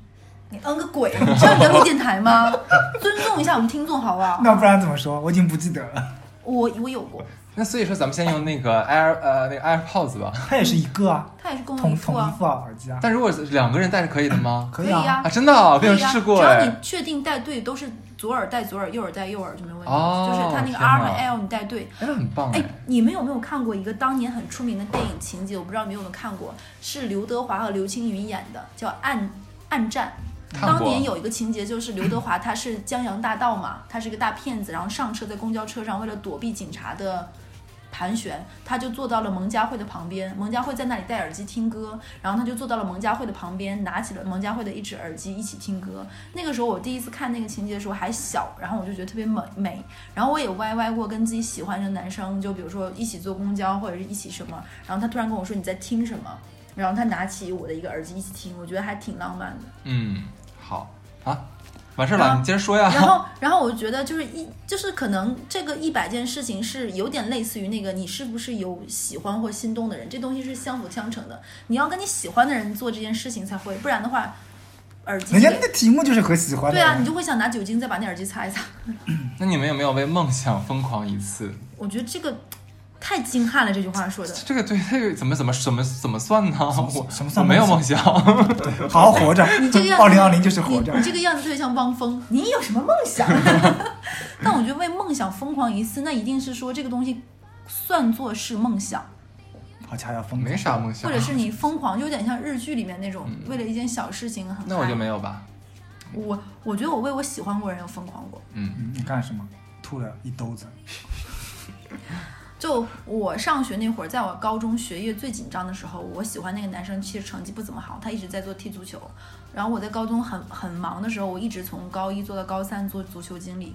[SPEAKER 2] 你嗯个鬼！你知道你要录电台吗？ 尊重一下我们听众好不好？
[SPEAKER 4] 那不然怎么说？我已经不记得了。
[SPEAKER 2] 我我有过，
[SPEAKER 3] 那所以说咱们先用那 个 Air 呃那个 AirPods 吧。
[SPEAKER 4] 它也是一个啊，
[SPEAKER 2] 他也是跟我
[SPEAKER 4] 同
[SPEAKER 2] 一
[SPEAKER 4] 同
[SPEAKER 2] 副
[SPEAKER 4] 一
[SPEAKER 2] 啊，
[SPEAKER 4] 副啊耳机啊，
[SPEAKER 3] 但如果是两个人戴是可以的吗？
[SPEAKER 4] 可
[SPEAKER 2] 以
[SPEAKER 4] 啊。
[SPEAKER 2] 啊
[SPEAKER 3] 啊，，真的啊、我
[SPEAKER 2] 可
[SPEAKER 3] 没有
[SPEAKER 2] 以啊，
[SPEAKER 3] 试过
[SPEAKER 2] 只要
[SPEAKER 3] 哎
[SPEAKER 2] 你。确定带对都是左耳戴左耳，右耳戴右耳就没问题。
[SPEAKER 3] 哦
[SPEAKER 2] 就是它那个
[SPEAKER 3] 天
[SPEAKER 2] R 和
[SPEAKER 3] 哪
[SPEAKER 2] L 你戴对。
[SPEAKER 3] 哎，那很棒
[SPEAKER 2] 哎，你们有没有看过一个当年很出名的电影情节？我不知道你们有没有看过，是刘德华和刘青云演的，叫《暗暗战》。
[SPEAKER 3] 看
[SPEAKER 2] 当
[SPEAKER 3] 过
[SPEAKER 2] 年有一个情节，就是刘德华他是江洋大盗 嘛，他是一个大骗子，然后上车在公交车上，为了躲避警察的盘旋，他就坐到了蒙嘉慧的旁边。蒙嘉慧在那里戴耳机听歌，然后他就坐到了蒙嘉慧的旁边，拿起了蒙嘉慧的一只耳机一起听歌。那个时候我第一次看那个情节的时候还小，然后我就觉得特别美美。然后我也歪歪过跟自己喜欢的男生，就比如说一起坐公交或者是一起什么，然后他突然跟我说你在听什么，然后他拿起我的一个耳机一起听，我觉得还挺浪漫 的。
[SPEAKER 3] 嗯，好啊，完事儿了，
[SPEAKER 2] 啊
[SPEAKER 3] 你接着说呀。
[SPEAKER 2] 然后，然后我觉得就是一，就是可能这个一百件事情是有点类似于那个你是不是有喜欢或心动的人，这东西是相辅相成的。你要跟你喜欢的人做这件事情才会，不然的话，耳机
[SPEAKER 4] 人家
[SPEAKER 2] 也
[SPEAKER 4] 那题目就是和喜欢的
[SPEAKER 2] 啊对啊，
[SPEAKER 4] 人
[SPEAKER 2] 你就会想拿酒精再把那耳机擦一擦。
[SPEAKER 3] 那你们有没有为梦想疯狂一次？
[SPEAKER 2] 我觉得这个太惊撼了，这句话说的。
[SPEAKER 3] 这个对，这个怎么怎么怎么怎么算呢？我
[SPEAKER 4] 什么
[SPEAKER 3] 我
[SPEAKER 4] 算
[SPEAKER 3] 没有梦
[SPEAKER 4] 梦
[SPEAKER 3] 想，
[SPEAKER 4] 好 好活着
[SPEAKER 2] 你这个样。子
[SPEAKER 4] 二零二零就是活
[SPEAKER 2] 你
[SPEAKER 4] 着
[SPEAKER 2] 你。这个样子特别像汪峰，你有什么梦想？ 但我觉得为梦想疯狂一次，那一定是说这个东西算作是梦想。
[SPEAKER 4] 好家伙，疯狂
[SPEAKER 3] 没啥梦想
[SPEAKER 2] 或者。是你疯狂，就有点像日剧里面那种，为了一件小事情很
[SPEAKER 3] 嗯那我就
[SPEAKER 2] 嗨
[SPEAKER 3] 没有吧。
[SPEAKER 2] 我我觉得我为我喜欢过的人有疯狂过，
[SPEAKER 3] 嗯，
[SPEAKER 4] 嗯你干什么？吐了一兜子。
[SPEAKER 2] 就我上学那会儿，在我高中学业最紧张的时候，我喜欢那个男生，其实成绩不怎么好，他一直在做踢足球。然后我在高中很很忙的时候，我一直从高一做到高三做足球经理。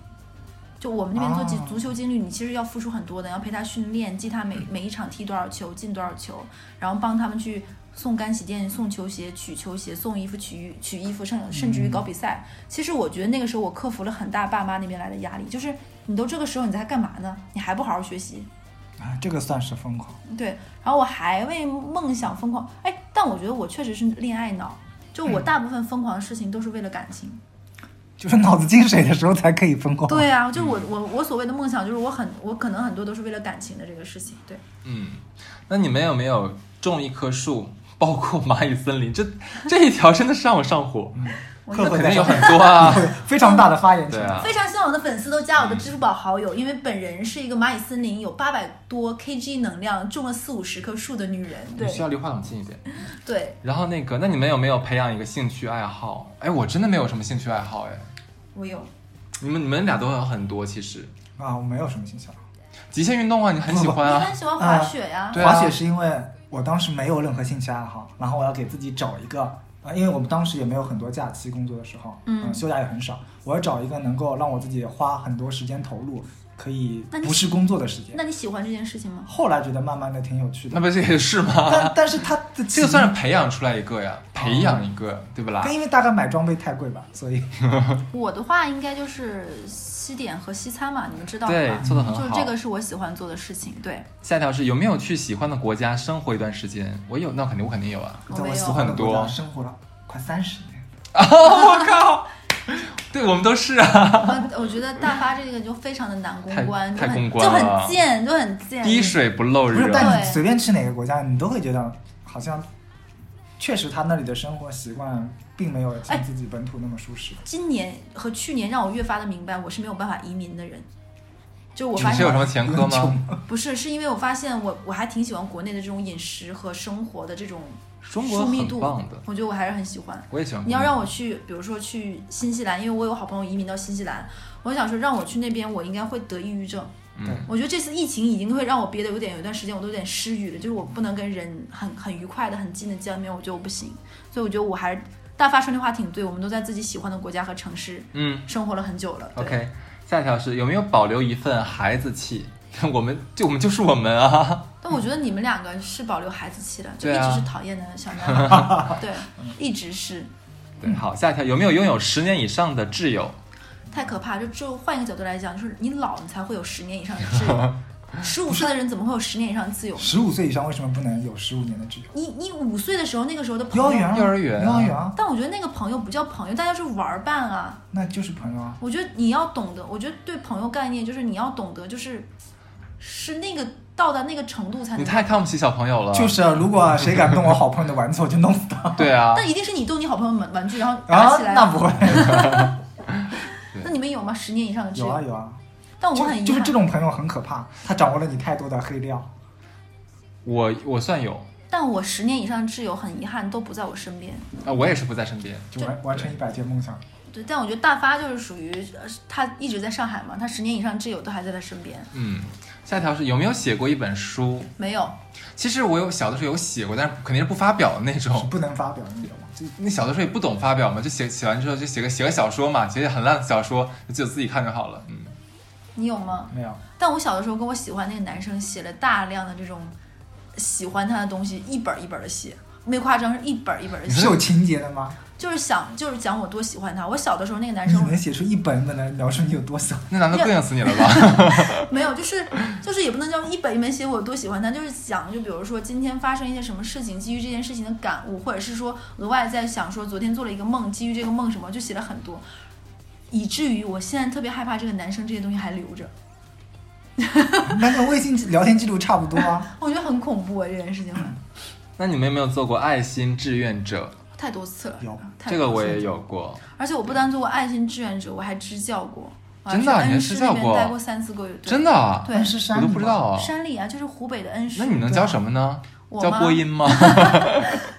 [SPEAKER 2] 就我们那边做足
[SPEAKER 4] 哦
[SPEAKER 2] 足球经理，你其实要付出很多的，要陪他训练，记他每每一场踢多少球，进多少球，然后帮他们去送干洗店、送球鞋、取球鞋、送衣服、取衣取衣服，甚甚至于搞比赛。其实我觉得那个时候我克服了很大爸妈那边来的压力，就是你都这个时候你在干嘛呢？你还不好好学习，
[SPEAKER 4] 啊，这个算是疯狂。
[SPEAKER 2] 对，然后我还为梦想疯狂，哎，但我觉得我确实是恋爱脑，就
[SPEAKER 3] 嗯
[SPEAKER 2] 我大部分疯狂的事情都是为了感情。
[SPEAKER 4] 就是脑子进水的时候才可以疯
[SPEAKER 3] 哦
[SPEAKER 4] 狂。
[SPEAKER 2] 对啊，就
[SPEAKER 3] 嗯
[SPEAKER 2] 我我我所谓的梦想，就是我很我可能很多都是为了感情的这个事情。对，
[SPEAKER 3] 嗯，那你们有没有种一棵树，包括蚂蚁森林？这这一条真的是让我上火，
[SPEAKER 2] 我
[SPEAKER 4] 克
[SPEAKER 2] 就
[SPEAKER 4] 服
[SPEAKER 3] 肯定 有很多啊。
[SPEAKER 4] 非常大的发言
[SPEAKER 3] 对
[SPEAKER 4] 权。
[SPEAKER 3] 啊，
[SPEAKER 2] 非常希望我的粉丝都加我
[SPEAKER 3] 嗯
[SPEAKER 2] 的支付宝好友，因为本人是一个蚂蚁森林有八百多 kg 能量，种了四五十棵树的女人。
[SPEAKER 3] 你
[SPEAKER 2] 对
[SPEAKER 3] 需要离话筒近一点。
[SPEAKER 2] 对，
[SPEAKER 3] 然后那个，那你们有没有培养一个兴趣爱好？哎，我真的没有什么兴趣爱好哎。
[SPEAKER 2] 我有。
[SPEAKER 3] 你们你们俩都有很多，其实
[SPEAKER 4] 啊，我没有什么形象。
[SPEAKER 3] 极限运动啊，你很喜欢
[SPEAKER 2] 你
[SPEAKER 3] 啊
[SPEAKER 2] 很。喜欢滑雪呀、
[SPEAKER 3] 对啊
[SPEAKER 4] 滑雪是因为我当时没有任何兴趣爱好，然后我要给自己找一个，啊，因为我们当时也没有很多假期，工作的时候，啊
[SPEAKER 2] 嗯
[SPEAKER 4] 休假也很少，我要找一个能够让我自己花很多时间投入，可以
[SPEAKER 2] 那你
[SPEAKER 4] 不是工作的时间。
[SPEAKER 2] 那你喜欢这件事情吗？
[SPEAKER 4] 后来觉得慢慢的挺有趣
[SPEAKER 3] 那
[SPEAKER 4] 的，
[SPEAKER 3] 不这也 是吗？
[SPEAKER 4] 但但是它的
[SPEAKER 3] 这个算是培养出来一个呀，培养一
[SPEAKER 2] 哦
[SPEAKER 3] 个，对不啦
[SPEAKER 4] 跟？因为大概买装备太贵吧，所以
[SPEAKER 2] 我的话应该就是西点和西餐嘛，你们知道的
[SPEAKER 3] 对
[SPEAKER 2] 吧，
[SPEAKER 3] 做的很
[SPEAKER 2] 就是
[SPEAKER 3] 好。
[SPEAKER 2] 这个是我喜欢做的事情，对
[SPEAKER 3] 下一条是有没有去喜欢的国家生活一段时间？我有，那肯定我肯定有 啊。
[SPEAKER 2] 我
[SPEAKER 4] 在
[SPEAKER 2] 没
[SPEAKER 4] 我
[SPEAKER 2] 有
[SPEAKER 4] 喜欢的国
[SPEAKER 3] 很多
[SPEAKER 4] 家生活了快三十年。
[SPEAKER 3] 我靠！对我们都是啊。
[SPEAKER 2] 我我觉得大发这个就非常的难公关，就
[SPEAKER 3] 太太
[SPEAKER 2] 很
[SPEAKER 3] 公关了
[SPEAKER 2] 就很贱，就很贱。
[SPEAKER 3] 滴水不漏啊
[SPEAKER 4] 不是
[SPEAKER 3] 热，，
[SPEAKER 4] 但你
[SPEAKER 2] 对
[SPEAKER 4] 随便去哪个国家，你都会觉得好像确实他那里的生活习惯并没
[SPEAKER 2] 哎
[SPEAKER 4] 有像自己本土那么舒适。
[SPEAKER 2] 今年和去年让我越发的明白，我是没有办法移民的人。就我
[SPEAKER 3] 你
[SPEAKER 2] 发
[SPEAKER 3] 是有
[SPEAKER 2] 现
[SPEAKER 3] 什么前科吗？
[SPEAKER 2] 不是，是因为我发现我我还挺喜欢国内的这种饮食和生活的这种
[SPEAKER 3] 中国
[SPEAKER 2] 疏密
[SPEAKER 3] 很
[SPEAKER 2] 度
[SPEAKER 3] 棒的，嗯
[SPEAKER 2] 我觉得我还是很喜欢。
[SPEAKER 3] 我也喜欢。
[SPEAKER 2] 你要让我去，比如说去新西兰，因为我有好朋友移民到新西兰，我想说让我去那边，我应该会得抑郁症。
[SPEAKER 3] 嗯，
[SPEAKER 2] 我觉得这次疫情已经会让我憋得有点，有一段时间我都有点失语了，就是我不能跟人很很愉快的、很近的见面，我觉得我不行。所以我觉得我还是大发说那话挺对，我们都在自己喜欢的国家和城市
[SPEAKER 3] 嗯
[SPEAKER 2] 生活了很久了。对
[SPEAKER 3] ，OK。下一条是有没有保留一份孩子气？ 我们就我们就是我们啊，
[SPEAKER 2] 但我觉得你们两个是保留孩子气的，就一
[SPEAKER 3] 对啊
[SPEAKER 2] 直是讨厌的小男 孩，对，一直是
[SPEAKER 3] 对，好，下一条有没有拥有十年以上的挚友？
[SPEAKER 2] 太可怕。就就换一个角度来讲，就是你老，你才会有十年以上的自 由。十五岁的人怎么会有十年以上的自由？
[SPEAKER 4] 十五岁以上为什么不能有十五年的挚友？
[SPEAKER 2] 你你五岁的时候，那个时候的朋
[SPEAKER 4] 幼
[SPEAKER 2] 友
[SPEAKER 4] 儿园啊，
[SPEAKER 3] 幼儿园啊
[SPEAKER 4] 幼儿园啊，
[SPEAKER 2] 但我觉得那个朋友不叫朋友，大家是玩伴啊。
[SPEAKER 4] 那就是朋友啊。
[SPEAKER 2] 我觉得你要懂得，我觉得对朋友概念就是你要懂得，就是是那个到达那个程度才
[SPEAKER 3] 你
[SPEAKER 2] 能。
[SPEAKER 3] 太看不起小朋友了，
[SPEAKER 4] 就是啊如果谁敢动我好朋友的玩具，我就弄死他。
[SPEAKER 3] 对啊，
[SPEAKER 2] 但一定是你动你好朋友玩玩具，然后打
[SPEAKER 4] 啊
[SPEAKER 2] 起，来。
[SPEAKER 4] 那不会，
[SPEAKER 2] 那你们有吗？十年以上的挚
[SPEAKER 4] 有
[SPEAKER 2] 友，
[SPEAKER 4] 啊有啊，
[SPEAKER 2] 但我
[SPEAKER 4] 就
[SPEAKER 2] 很遗憾，
[SPEAKER 4] 就是这种朋友很可怕，他掌握了你太多的黑料。
[SPEAKER 3] 我我算有，
[SPEAKER 2] 但我十年以上的挚友很遗憾都不在我身边。
[SPEAKER 3] 啊，我也是不在身边。
[SPEAKER 4] 就完完成一百天梦想。
[SPEAKER 2] 对，但我觉得大发就是属于呃他一直在上海嘛，他十年以上挚友都还在他身边。
[SPEAKER 3] 嗯，下一条是有没有写过一本书？
[SPEAKER 2] 没有，
[SPEAKER 3] 其实我有小的时候有写过，但是肯定是不发表的那
[SPEAKER 4] 是
[SPEAKER 3] 种。
[SPEAKER 4] 不能发表那种吗？
[SPEAKER 3] 那小的时候也不懂发表嘛，就写写完之后就写个写个小说嘛，写写很烂的小说，就自己看就好了。嗯，
[SPEAKER 2] 你有吗？
[SPEAKER 4] 没有，
[SPEAKER 2] 但我小的时候跟我喜欢那个男生写了大量的这种喜欢他的东西，一本儿一本的写，没夸张，是一本儿一本的
[SPEAKER 4] 你是
[SPEAKER 2] 写
[SPEAKER 4] 有，情节的吗？
[SPEAKER 2] 就是想就是讲我多喜欢他。我小的时候那个 男
[SPEAKER 4] 你
[SPEAKER 2] 生
[SPEAKER 4] 能写出一本一本的描述你有多想？
[SPEAKER 3] 那难道更想死你了 吧？
[SPEAKER 2] 没有，就是就是也不能叫一本一本写我多喜欢他，就是讲就比如说今天发生一些什么事情，基于这件事情的感悟，或者是说额外在想说昨天做了一个梦，基于这个梦什么就写了很多，以至于我现在特别害怕这个男生这些东西还留着，
[SPEAKER 4] 那跟微信聊天记录差不多啊。
[SPEAKER 2] 我觉得很恐怖啊这件事情
[SPEAKER 3] 嗯
[SPEAKER 2] 会
[SPEAKER 3] 那你们有没有做过爱心志愿者？
[SPEAKER 2] 太多次了，
[SPEAKER 4] 有
[SPEAKER 2] 太
[SPEAKER 3] 这
[SPEAKER 2] 多
[SPEAKER 3] 个
[SPEAKER 2] 次
[SPEAKER 3] 我
[SPEAKER 2] 了
[SPEAKER 3] 也有过。
[SPEAKER 2] 而且我不单做过爱心志愿者，我还支教过，我还
[SPEAKER 3] 真的啊
[SPEAKER 2] 去
[SPEAKER 3] 你还
[SPEAKER 2] 恩
[SPEAKER 3] 支
[SPEAKER 2] 师
[SPEAKER 3] 教
[SPEAKER 2] 那边
[SPEAKER 3] 过
[SPEAKER 2] 待过三四个月，对
[SPEAKER 3] 真的啊？
[SPEAKER 2] 对
[SPEAKER 4] 但是山
[SPEAKER 3] 我
[SPEAKER 4] 里
[SPEAKER 3] 都
[SPEAKER 4] 吗
[SPEAKER 3] 不知道。啊。
[SPEAKER 2] 山里啊，就是湖北的恩师。
[SPEAKER 3] 那你能教什么呢？
[SPEAKER 2] 我
[SPEAKER 3] 教
[SPEAKER 2] 吗
[SPEAKER 3] 播音 吗？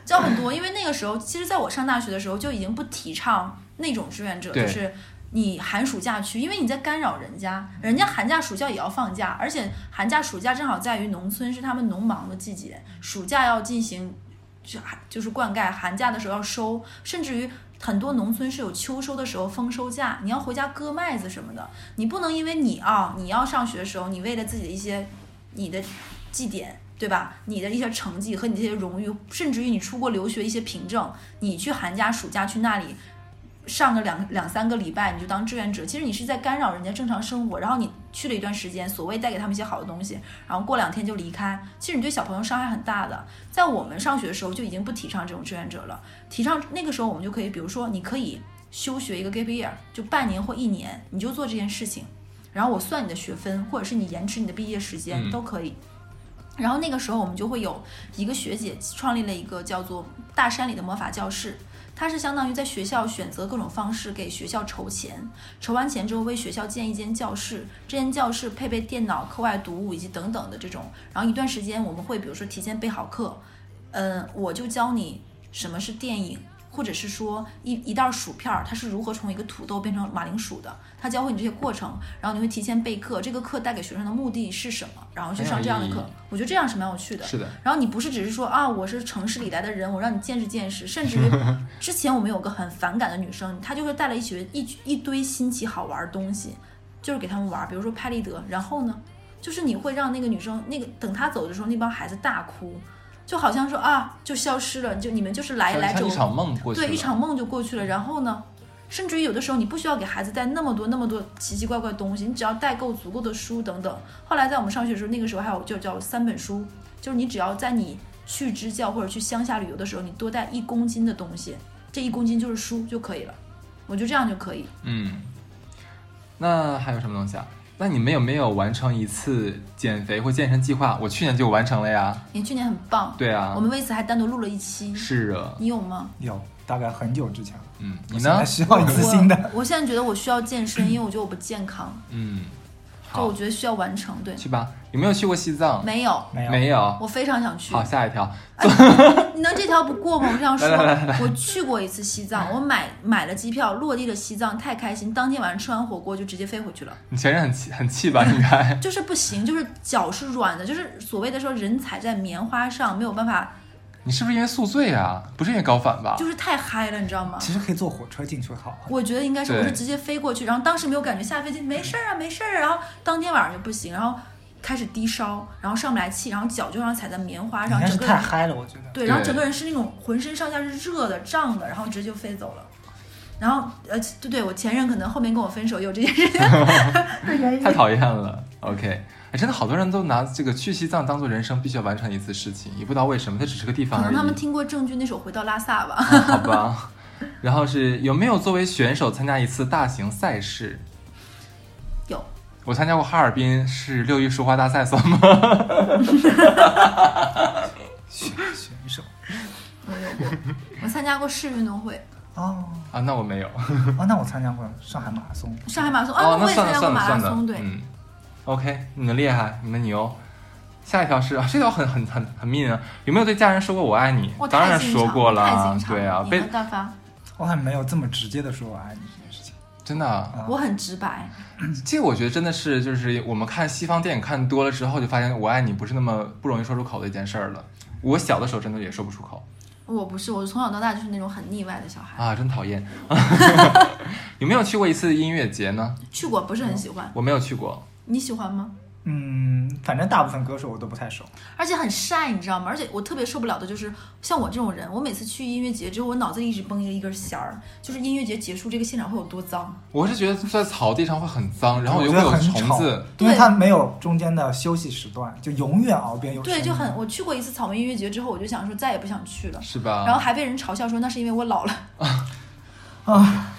[SPEAKER 2] 教很多，因为那个时候，其实在我上大学的时候就已经不提倡那种志愿者，
[SPEAKER 3] 对
[SPEAKER 2] 就是你寒暑假去，因为你在干扰人家，人家寒假、暑假也要放假，而且寒假、暑假正好在于农村是他们农忙的季节，暑假要进行就就是灌溉，寒假的时候要收，甚至于。很多农村是有秋收的时候丰收假，你要回家割麦子什么的，你不能因为你啊、你要上学的时候，你为了自己的一些你的绩点，对吧？你的一些成绩和你这些荣誉，甚至于你出国留学一些凭证，你去寒假、暑假去那里上个两两三个礼拜，你就当志愿者，其实你是在干扰人家正常生活。然后你去了一段时间，所谓带给他们一些好的东西，然后过两天就离开，其实你对小朋友伤害很大的。在我们上学的时候就已经不提倡这种志愿者了，提倡那个时候我们就可以，比如说你可以休学一个 gap year，就半年或一年，你就做这件事情。然后我算你的学分，或者是你延迟你的毕业时间
[SPEAKER 3] 嗯
[SPEAKER 2] 都可以。然后那个时候我们就会有一个学姐创立了一个叫做“大山里的魔法教室”，它是相当于在学校选择各种方式给学校筹钱，筹完钱之后为学校建一间教室，这间教室配备电脑、课外读物以及等等的这种。然后一段时间我们会比如说提前备好课，嗯，我就教你什么是电影。或者是说一一袋薯片儿，它是如何从一个土豆变成马铃薯的？它教会你这些过程，然后你会提前备课，这个课带给学生的目的是什么？然后去上这样的
[SPEAKER 3] 很有
[SPEAKER 2] 课
[SPEAKER 3] 意义，
[SPEAKER 2] 我觉得这样是蛮有趣的。
[SPEAKER 3] 是的，
[SPEAKER 2] 然后你不是只是说啊，我是城市里来的人，我让你见识见识。甚至于之前我们有个很反感的女生，她就是带了一群一一堆新奇好玩的东西，就是给他们玩儿，比如说拍立得。然后呢，就是你会让那个女生那个等她走的时候，那帮孩子大哭，就好像说啊，就消失了，就你们就是来来
[SPEAKER 3] 像
[SPEAKER 2] 者
[SPEAKER 3] 一场梦过去了。
[SPEAKER 2] 对，一场梦就过去了。然后呢，甚至于有的时候你不需要给孩子带那么多那么多奇奇怪怪的东西，你只要带够足够的书等等。后来在我们上学的时候，那个时候还有就叫三本书，就是你只要在你去支教或者去乡下旅游的时候，你多带一公斤的东西，这一公斤就是书就可以了。我觉得这样就可以。
[SPEAKER 3] 嗯，那还有什么东西啊？那你们有没有完成一次减肥或健身计划？我去年就完成了呀。
[SPEAKER 2] 你去年很棒，
[SPEAKER 3] 对啊
[SPEAKER 2] 我，们为此还单独录了一期，
[SPEAKER 3] 是啊，
[SPEAKER 2] 你有吗？
[SPEAKER 4] 有，大概很久之前了。
[SPEAKER 3] 嗯，
[SPEAKER 4] 我
[SPEAKER 3] 你
[SPEAKER 4] 现
[SPEAKER 3] 呢
[SPEAKER 4] 在？需要一次新的。
[SPEAKER 2] 我现在觉得我需要健身，因为我觉得我不健康，
[SPEAKER 3] 嗯，
[SPEAKER 2] 就我
[SPEAKER 3] 好，
[SPEAKER 2] 觉得需要完成。对，
[SPEAKER 3] 去吧。有没有去过西藏？
[SPEAKER 2] 没有，
[SPEAKER 4] 没有，
[SPEAKER 3] 没有。
[SPEAKER 2] 我非常想去。
[SPEAKER 3] 好，下一条。
[SPEAKER 2] 你能这条不过吗？我这样说，
[SPEAKER 3] 来来来
[SPEAKER 2] 我去过一次西藏，我买买了机票，落地了西藏，太开心，当天晚上吃完火锅就直接飞回去了，
[SPEAKER 3] 你前任很气，很气吧？应该。
[SPEAKER 2] 就是不行，就是脚是软的，就是所谓的说人踩在棉花上没有办法，
[SPEAKER 3] 你是不是因为宿醉啊？不是因为高反吧？
[SPEAKER 2] 就是太嗨了，你知道吗？
[SPEAKER 4] 其实可以坐火车进去会好很多。
[SPEAKER 2] 我觉得应该是
[SPEAKER 3] 啊对
[SPEAKER 2] 我是直接飞过去，然后当时没有感觉，下飞机没事儿啊，没事儿啊，然后当天晚上就不行，然后开始低烧，然后上不来气，然后脚就像踩在棉花
[SPEAKER 4] 应
[SPEAKER 2] 上，
[SPEAKER 4] 该
[SPEAKER 2] 整
[SPEAKER 4] 是
[SPEAKER 2] 个
[SPEAKER 4] 太
[SPEAKER 2] 人
[SPEAKER 4] 嗨了，我觉得。
[SPEAKER 2] 对，然后
[SPEAKER 3] 对
[SPEAKER 2] 整个人是那种浑身上下是热的、胀的，然后直接就飞走了。然后，呃，对对，我前任可能后面跟我分手也有这件 事情的原因
[SPEAKER 3] 太。讨厌了。OK，哎，真的好多人都拿这个去西藏当做人生必须要完成的一次事情，也不知道为什么，它只是个地方
[SPEAKER 2] 可
[SPEAKER 3] 而已。
[SPEAKER 2] 能他们听过郑钧那首《回到拉萨》吧。
[SPEAKER 3] 啊 好吧。然后是有没有作为选手参加一次大型赛事？
[SPEAKER 2] 有，
[SPEAKER 3] 我参加过哈尔滨市六一书画大赛，算吗？
[SPEAKER 4] 选选手
[SPEAKER 2] 我有过。我参加过市运动会，
[SPEAKER 4] 哦
[SPEAKER 3] 啊，那 我没有。
[SPEAKER 4] 哦，那我参加过上海马拉松，
[SPEAKER 2] 上海马拉松
[SPEAKER 3] 哦
[SPEAKER 2] 啊，，
[SPEAKER 3] 那
[SPEAKER 2] 我也参
[SPEAKER 3] 算
[SPEAKER 2] 加
[SPEAKER 3] 了
[SPEAKER 2] 过
[SPEAKER 3] 算了
[SPEAKER 2] 马拉
[SPEAKER 3] 算了
[SPEAKER 2] 松，，对，
[SPEAKER 3] 嗯，OK，你们厉害，你们牛。下一条是啊，这条很很很很命啊！有没有对家人说过我爱你？
[SPEAKER 2] 我
[SPEAKER 3] 当
[SPEAKER 2] 太
[SPEAKER 3] 然
[SPEAKER 2] 经
[SPEAKER 3] 说
[SPEAKER 2] 常
[SPEAKER 3] 过
[SPEAKER 2] 太
[SPEAKER 3] 了
[SPEAKER 2] 经，常
[SPEAKER 3] 对
[SPEAKER 2] 了
[SPEAKER 3] 啊，
[SPEAKER 2] 你
[SPEAKER 3] 被
[SPEAKER 2] 呢大发，
[SPEAKER 4] 我还没有这么直接的说我爱你这件事情。
[SPEAKER 3] 真的啊、
[SPEAKER 4] 啊
[SPEAKER 2] 我很直白，
[SPEAKER 3] 这我觉得真的是就是我们看西方电影看多了之后，就发现我爱你不是那么不容易说出口的一件事儿了。我小的时候真的也说不出口
[SPEAKER 2] 我不是，我从小到大就是那种很腻歪的小孩，
[SPEAKER 3] 啊，真讨厌。 有没有去过一次音乐节呢？
[SPEAKER 2] 去过不是很喜欢，
[SPEAKER 3] 我没有去过，
[SPEAKER 2] 你喜欢吗？
[SPEAKER 4] 嗯，反正大部分歌手我都不太熟。
[SPEAKER 2] 而且很晒，你知道吗？而且我特别受不了的就是像我这种人，我每次去音乐节之后，我脑子里一直绷着一根弦儿，就是音乐节结束这个现场会有多脏。
[SPEAKER 3] 我是觉得在草地上会很脏，然后又
[SPEAKER 4] 我
[SPEAKER 3] 会
[SPEAKER 4] 觉得
[SPEAKER 3] 有
[SPEAKER 4] 很
[SPEAKER 3] 虫
[SPEAKER 4] 吵
[SPEAKER 3] 子。，
[SPEAKER 4] 因为
[SPEAKER 2] 对
[SPEAKER 4] 它没有中间的休息时段，就永远熬边有声
[SPEAKER 2] 对，
[SPEAKER 4] 音
[SPEAKER 2] 就很我去过一次草莓音乐节之后，我就想说再也不想去了，
[SPEAKER 3] 是吧？
[SPEAKER 2] 然后还被人嘲笑说那是因为我老了。
[SPEAKER 4] 啊，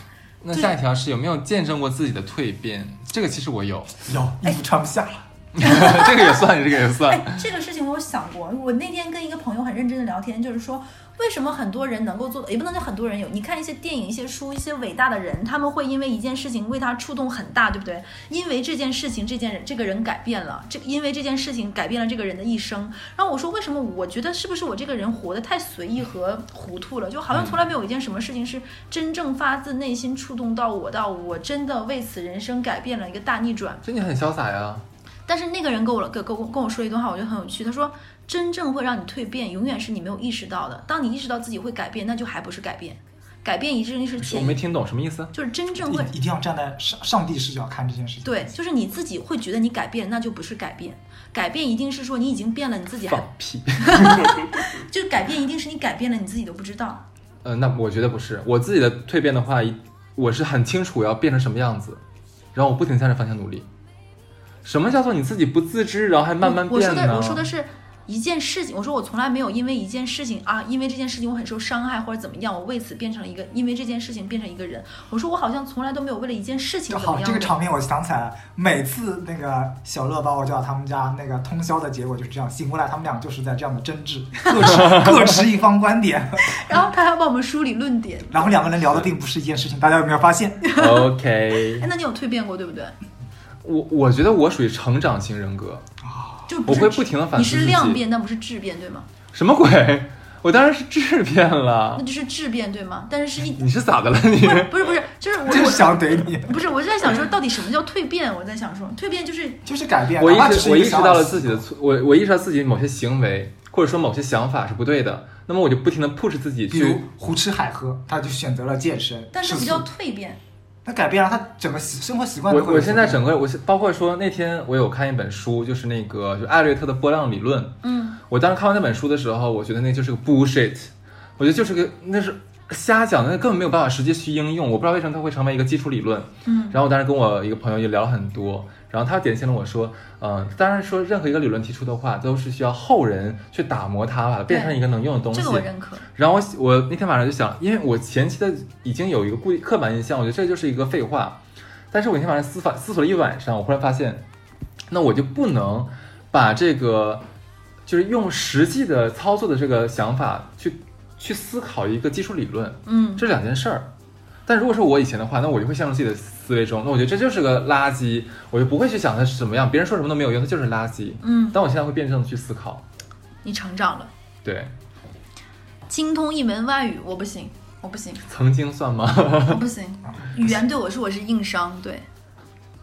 [SPEAKER 3] 那下一条是有没有见证过自己的蜕变？这个其实我有，
[SPEAKER 4] 有衣服穿不下了。
[SPEAKER 3] 这个也算，这个也算。
[SPEAKER 2] 哎，这个事情我有想过，我那天跟一个朋友很认真的聊天，就是说为什么很多人能够做，也不能叫很多人有，你看一些电影、一些书、一些伟大的人，他们会因为一件事情为他触动很大，对不对？因为这件事情，这件人这个人改变了，这因为这件事情改变了这个人的一生。然后我说为什么？我觉得是不是我这个人活得太随意和糊涂了？就好像从来没有一件什么事情是真正发自内心触动到我，到我真的为此人生改变了一个大逆转。
[SPEAKER 3] 这你很潇洒呀，
[SPEAKER 2] 但是那个人跟我跟跟我跟我说一段话，我觉得很有趣。他说，真正会让你蜕变，永远是你没有意识到的。当你意识到自己会改变，那就还不是改变，改变一定是
[SPEAKER 3] 我
[SPEAKER 2] 潜
[SPEAKER 3] 没
[SPEAKER 2] 移，
[SPEAKER 3] 听懂什么意思。
[SPEAKER 2] 就是真正会
[SPEAKER 4] 一一定要站在上上帝视角看这件事情。
[SPEAKER 2] 对，就是你自己会觉得你改变，那就不是改变。改变一定是说你已经变了，你自己还
[SPEAKER 3] 放屁。
[SPEAKER 2] 就是改变一定是你改变了，你自己都不知道。
[SPEAKER 3] 呃，那我觉得不是，我自己的蜕变的话，一我是很清楚我要变成什么样子，然后我不停地向这方向努力。什么叫做你自己不自知，然后还慢慢
[SPEAKER 2] 我我说
[SPEAKER 3] 变呢？
[SPEAKER 2] 的我说的是一件事情，我说我从来没有因为一件事情啊，因为这件事情我很受伤害或者怎么样，我为此变成了一个，因为这件事情变成一个人。我说我好像从来都没有为了一件事情
[SPEAKER 4] 就
[SPEAKER 2] 怎么
[SPEAKER 4] 好，
[SPEAKER 2] 样。
[SPEAKER 4] 这个场面我想起来了，每次那个小乐把我叫到他们家那个通宵的结果就是这样，醒过来他们俩就是在这样的争执，各持 各持一方观点，
[SPEAKER 2] 然后他还帮我们梳理论点。
[SPEAKER 4] 然后两个人聊的并不是一件事情，大家有没有发 现？
[SPEAKER 3] OK，
[SPEAKER 2] 哎，那你有蜕变过对不对？
[SPEAKER 3] 我我觉得我属于成长型人格，
[SPEAKER 2] 就
[SPEAKER 3] 我
[SPEAKER 2] 是
[SPEAKER 3] 会不停的反
[SPEAKER 2] 你
[SPEAKER 3] 思自
[SPEAKER 2] 是
[SPEAKER 3] 己。
[SPEAKER 2] 量变，但不是质变，对吗？
[SPEAKER 3] 什么鬼？ 我当然是质变了
[SPEAKER 2] 那。就是质变，对吗？但是是一
[SPEAKER 3] 你是咋的了 你？
[SPEAKER 2] 不是不是，就是我
[SPEAKER 4] 就是
[SPEAKER 2] 我
[SPEAKER 4] 想怼你，
[SPEAKER 2] 不是我是在想说，到底什么叫蜕变？我在想说，蜕变就是
[SPEAKER 4] 就是改变。
[SPEAKER 3] 我意
[SPEAKER 4] 哪怕只
[SPEAKER 3] 识
[SPEAKER 4] 是
[SPEAKER 3] 我
[SPEAKER 4] 一
[SPEAKER 3] 意
[SPEAKER 4] 个
[SPEAKER 3] 识
[SPEAKER 4] 小
[SPEAKER 3] 到了
[SPEAKER 4] 小
[SPEAKER 3] 自己的错，我我意识到自己某些行为或者说某些想法是不对的，那么我就不停的 push 自己
[SPEAKER 4] 比如
[SPEAKER 3] 去。
[SPEAKER 4] 胡吃海喝，他就选择了健身，
[SPEAKER 2] 但是
[SPEAKER 4] 吃
[SPEAKER 2] 不
[SPEAKER 4] 素
[SPEAKER 2] 叫蜕变，
[SPEAKER 4] 他改变了他整个习生活习惯都
[SPEAKER 3] 我
[SPEAKER 4] 会有
[SPEAKER 3] 我现在
[SPEAKER 4] 改变
[SPEAKER 3] 整个我是包括说那天我有看一本书，就是那个就艾略特的波浪理论。
[SPEAKER 2] 嗯，
[SPEAKER 3] 我当时看完那本书的时候，我觉得那就是个 bullshit，我觉得就是个那是瞎讲的，那根本没有办法实际去应用。我不知道为什么它会成为一个基础理论。
[SPEAKER 2] 嗯，
[SPEAKER 3] 然后我当时跟我一个朋友也聊了很多，然后他点醒了我说，嗯、当然说任何一个理论提出的话，都是需要后人去打磨它，把它变成一个能用的东西。
[SPEAKER 2] 这个我认可。
[SPEAKER 3] 然后我我那天晚上就想，因为我前期的已经有一个固刻板印象，我觉得这就是一个废话。但是我那天晚上思法思索了一晚上，我忽然发现，那我就不能把这个就是用实际的操作的这个想法去去思考一个基础理论，
[SPEAKER 2] 嗯，
[SPEAKER 3] 这两件事儿。但如果是我以前的话，那我就会陷入自己的思维中，那我觉得这就是个垃圾，我就不会去想它是什么样，别人说什么都没有用，它就是垃圾。
[SPEAKER 2] 嗯，
[SPEAKER 3] 但我现在会辩证的去思考，
[SPEAKER 2] 你成长了，
[SPEAKER 3] 对，
[SPEAKER 2] 精通一门外语，我不行，我不行，
[SPEAKER 3] 曾经算吗？
[SPEAKER 2] 我不行，语言对我说我是硬伤，对。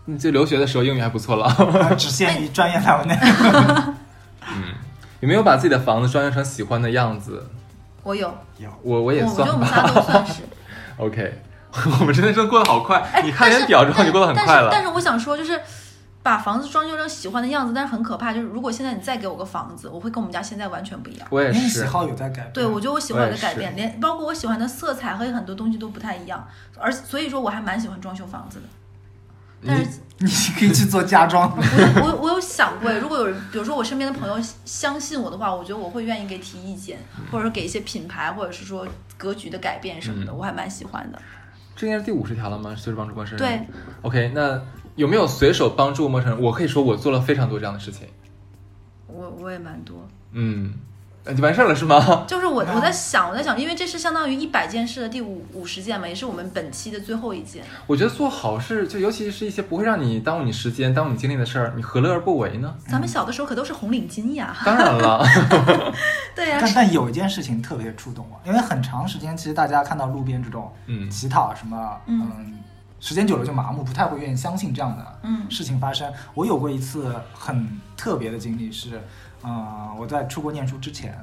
[SPEAKER 3] 你就留学的时候英语还不错了。
[SPEAKER 4] 呃只限于专业范围内。
[SPEAKER 3] 有没有把自己的房子装修成喜欢的样子？
[SPEAKER 2] 我有，我
[SPEAKER 3] 我我也
[SPEAKER 2] 我觉
[SPEAKER 3] 算
[SPEAKER 2] 得我们
[SPEAKER 3] 吧。
[SPEAKER 2] 仨都算是，
[SPEAKER 3] OK，我 们真的是过得好快，你看
[SPEAKER 2] 哎但
[SPEAKER 3] 人
[SPEAKER 2] 是
[SPEAKER 3] 表之后就过得很快
[SPEAKER 2] 但是但
[SPEAKER 3] 了。
[SPEAKER 2] 是我想说，就是把房子装修成喜欢的样子，但是很可怕。就是如果现在你再给我个房子，我会跟我们家现在完全不一样。
[SPEAKER 3] 我也
[SPEAKER 4] 因为喜
[SPEAKER 3] 是，
[SPEAKER 4] 好有在改变。
[SPEAKER 2] 对，我觉得我喜欢
[SPEAKER 3] 嗯我
[SPEAKER 2] 有
[SPEAKER 3] 也
[SPEAKER 2] 的改变，连包括我喜欢的色彩和很多东西都不太一样，而所以说我还蛮喜欢装修房子的。但是
[SPEAKER 4] 你可以去做家装
[SPEAKER 2] 我，有我有我有想过，如果有人，比如说我身边的朋友相信我的话，我觉得我会愿意给提意见，或者说给一些品牌，或者是说格局的改变什么的，
[SPEAKER 3] 嗯
[SPEAKER 2] 我还蛮喜欢的。
[SPEAKER 3] 这应该是第五十条了吗？就是帮助陌生人。
[SPEAKER 2] 对。
[SPEAKER 3] OK，那有没有随手帮助陌生人？我可以说我做了非常多这样的事情。
[SPEAKER 2] 我我也蛮多，
[SPEAKER 3] 嗯，呃就完事儿了是吗？
[SPEAKER 2] 就是我
[SPEAKER 4] 那
[SPEAKER 2] 我在想，我在想，因为这是相当于一百件事的第五五十件嘛，也是我们本期的最后一件。
[SPEAKER 4] 嗯
[SPEAKER 3] 我觉得做好事，就尤其是一些不会让你耽误你时间、耽误你精力的事儿，你何乐而不 为呢？
[SPEAKER 2] 咱们小的时候可都是红领巾 呀，
[SPEAKER 3] 当然 了，
[SPEAKER 2] 对呀、
[SPEAKER 4] 但但有一件事情特别触动我，因为很长时间其实大家看到路边这种
[SPEAKER 3] 嗯，
[SPEAKER 4] 乞讨什么，
[SPEAKER 2] 嗯
[SPEAKER 4] 嗯，时间久了就麻木，不太会愿意相信这样的
[SPEAKER 2] 嗯
[SPEAKER 4] 事情发生。我有过一次很特别的经历是，嗯，我在出国念书之前，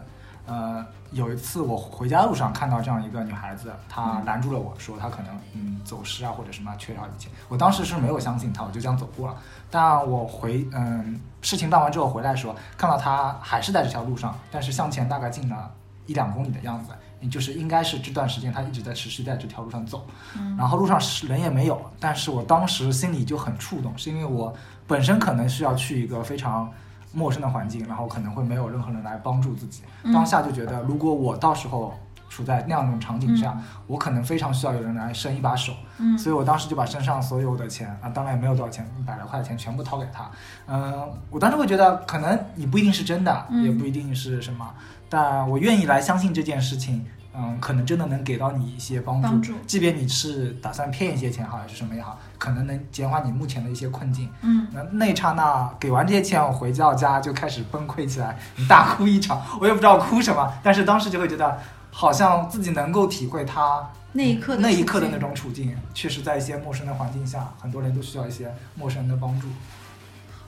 [SPEAKER 4] 呃，有一次我回家路上看到这样一个女孩子，她拦住了我说她可能嗯走失啊或者什么缺少一些，我当时是没有相信她，我就这样走过了。但我回嗯事情办完之后回来的时候，看到她还是在这条路上，但是向前大概进了一两公里的样子。就是应该是这段时间，她一直在持续在这条路上走，
[SPEAKER 2] 嗯
[SPEAKER 4] 然后路上是人也没有，但是我当时心里就很触动，是因为我本身可能是要去一个非常陌生的环境，然后可能会没有任何人来帮助自己，
[SPEAKER 2] 嗯
[SPEAKER 4] 当下就觉得如果我到时候处在那样一种场景下，我可能非常需要有人来伸一把手，
[SPEAKER 2] 嗯
[SPEAKER 4] 所以我当时就把身上所有的钱啊，当然也没有多少钱，一百来块钱全部掏给他。嗯、我当时会觉得可能你不一定是真的，
[SPEAKER 2] 嗯
[SPEAKER 4] 也不一定是什么，但我愿意来相信这件事情。嗯，可能真的能给到你一些帮助，
[SPEAKER 2] 帮助
[SPEAKER 4] 即便你是打算骗一些钱好还是什么也好，可能能减缓你目前的一些困境。
[SPEAKER 2] 嗯，
[SPEAKER 4] 那那一刹那，给完这些钱，我回到家就开始崩溃起来，大哭一场。 我也不知道哭什么，但是当时就会觉得，好像自己能够体会他
[SPEAKER 2] 那一刻的
[SPEAKER 4] 那一
[SPEAKER 2] 处
[SPEAKER 4] 刻的那
[SPEAKER 2] 境
[SPEAKER 4] 种处境，确实在一些陌生的环境下，很多人都需要一些陌生人的帮助。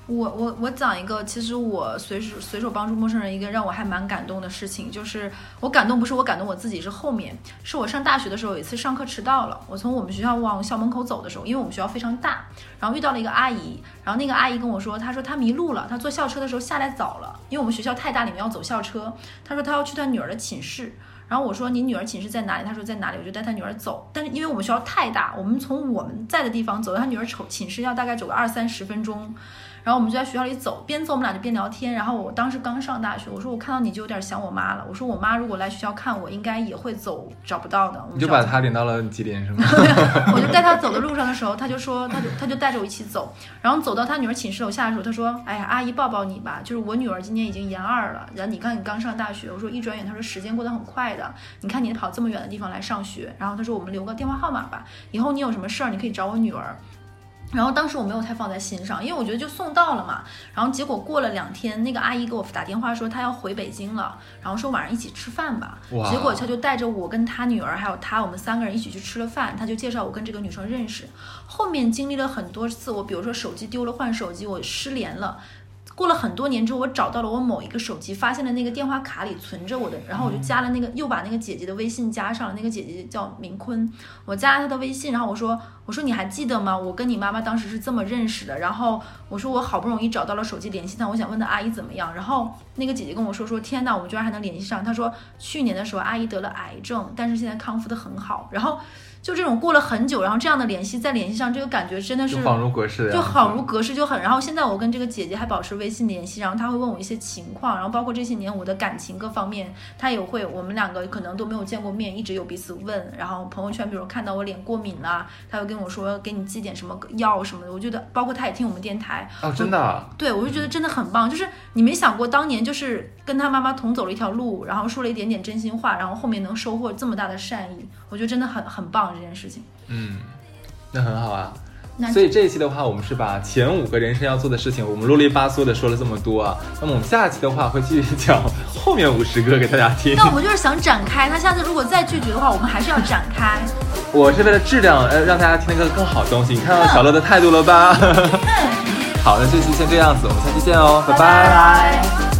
[SPEAKER 2] 我我我讲一个，其实我随手随手帮助陌生人一个让我还蛮感动的事情，就是我感动不是我感动我自己，是后面是我上大学的时候有一次上课迟到了，我从我们学校往校门口走的时候，因为我们学校非常大，然后遇到了一个阿姨，然后那个阿姨跟我说，她说她迷路了，她坐校车的时候下来早了，因为我们学校太大，里面要走校车，她说她要去她女儿的寝室。然后我说你女儿寝室在哪里？她说在哪里，我就带她女儿走。但是因为我们学校太大，我们从我们在的地方走到她女儿寝寝室要大概走个二三十分钟，然后我们就在学校里走，边走我们俩就边聊天。然后我当时刚上大学，我说我看到你就有点想我妈了。我说我妈如果来学校看我，应该也会走找不到的。我们
[SPEAKER 3] 你就
[SPEAKER 2] 找不
[SPEAKER 3] 把
[SPEAKER 2] 到
[SPEAKER 3] 它领到了吉林是吗？
[SPEAKER 2] 我就带他走的路上的时候，他就说，他就他就带着我一起走，然后走到他女儿寝室楼下的时候，他说，哎呀，阿姨抱抱你吧，就是我女儿今年已经研二了，然后你看你刚上大学，我说一转眼，他说时间过得很快的，你看你跑这么远的地方来上学，然后他说我们留个电话号码吧，以后你有什么事儿你可以找我女儿。然后当时我没有太放在心上，因为我觉得就送到了嘛。然后结果过了两天，那个阿姨给我打电话说她要回北京了，然后说晚上一起吃饭吧。
[SPEAKER 3] 哇
[SPEAKER 2] 结果她就带着我跟她女儿还有她，我们三个人一起去吃了饭。她就介绍我跟这个女生认识。后面经历了很多次，我比如说手机丢了换手机，我失联了。过了很多年之后，我找到了我某一个手机，发现了那个电话卡里存着我的，然后我就加了那个，又把那个姐姐的微信加上了。那个姐姐叫明坤，我加了她的微信，然后我说我说你还记得吗？我跟你妈妈当时是这么认识的。然后我说我好不容易找到了手机联系她，我想问她阿姨怎么样。然后那个姐姐跟我说说，天呐，我们居然还能联系上。她说去年的时候阿姨得了癌症，但是现在康复的很好。然后就这种过了很久，然后这样的联系再联系上，这个感觉真的 是
[SPEAKER 3] 就恍如隔世的啊
[SPEAKER 2] 就
[SPEAKER 3] 样子
[SPEAKER 2] 恍如隔世就很。然后现在我跟这个姐姐还保持微信联系，然后她会问我一些情况，然后包括这些年我的感情各方面，她也会，我们两个可能都没有见过面，一直有彼此问。然后朋友圈，比如看到我脸过敏啦，她会跟我说给你寄点什么药什么的。我觉得，包括她也听我们电台，
[SPEAKER 3] 哦，真的啊，
[SPEAKER 2] 对，我就觉得真的很棒。就是你没想过，当年就是跟他妈妈同走了一条路，然后说了一点点真心话，然后后面能收获这么大的善意，我觉得真的很很棒这件事情。
[SPEAKER 3] 嗯，那很好啊。
[SPEAKER 2] 那
[SPEAKER 3] 所以这一期的话，我们是把前五个人生要做的事情，我们啰里吧嗦的说了这么多啊。那么我们下期的话会继续讲后面五十个给大家听。
[SPEAKER 2] 那我们就是想展开，他下次如果再拒绝的话，我们还是要展开。
[SPEAKER 3] 我是为了质量，呃，让大家听那个更好的东西。你看到小乐 的态度了吧？好，那这期先这样子，我们下期见哦，拜拜
[SPEAKER 2] 拜拜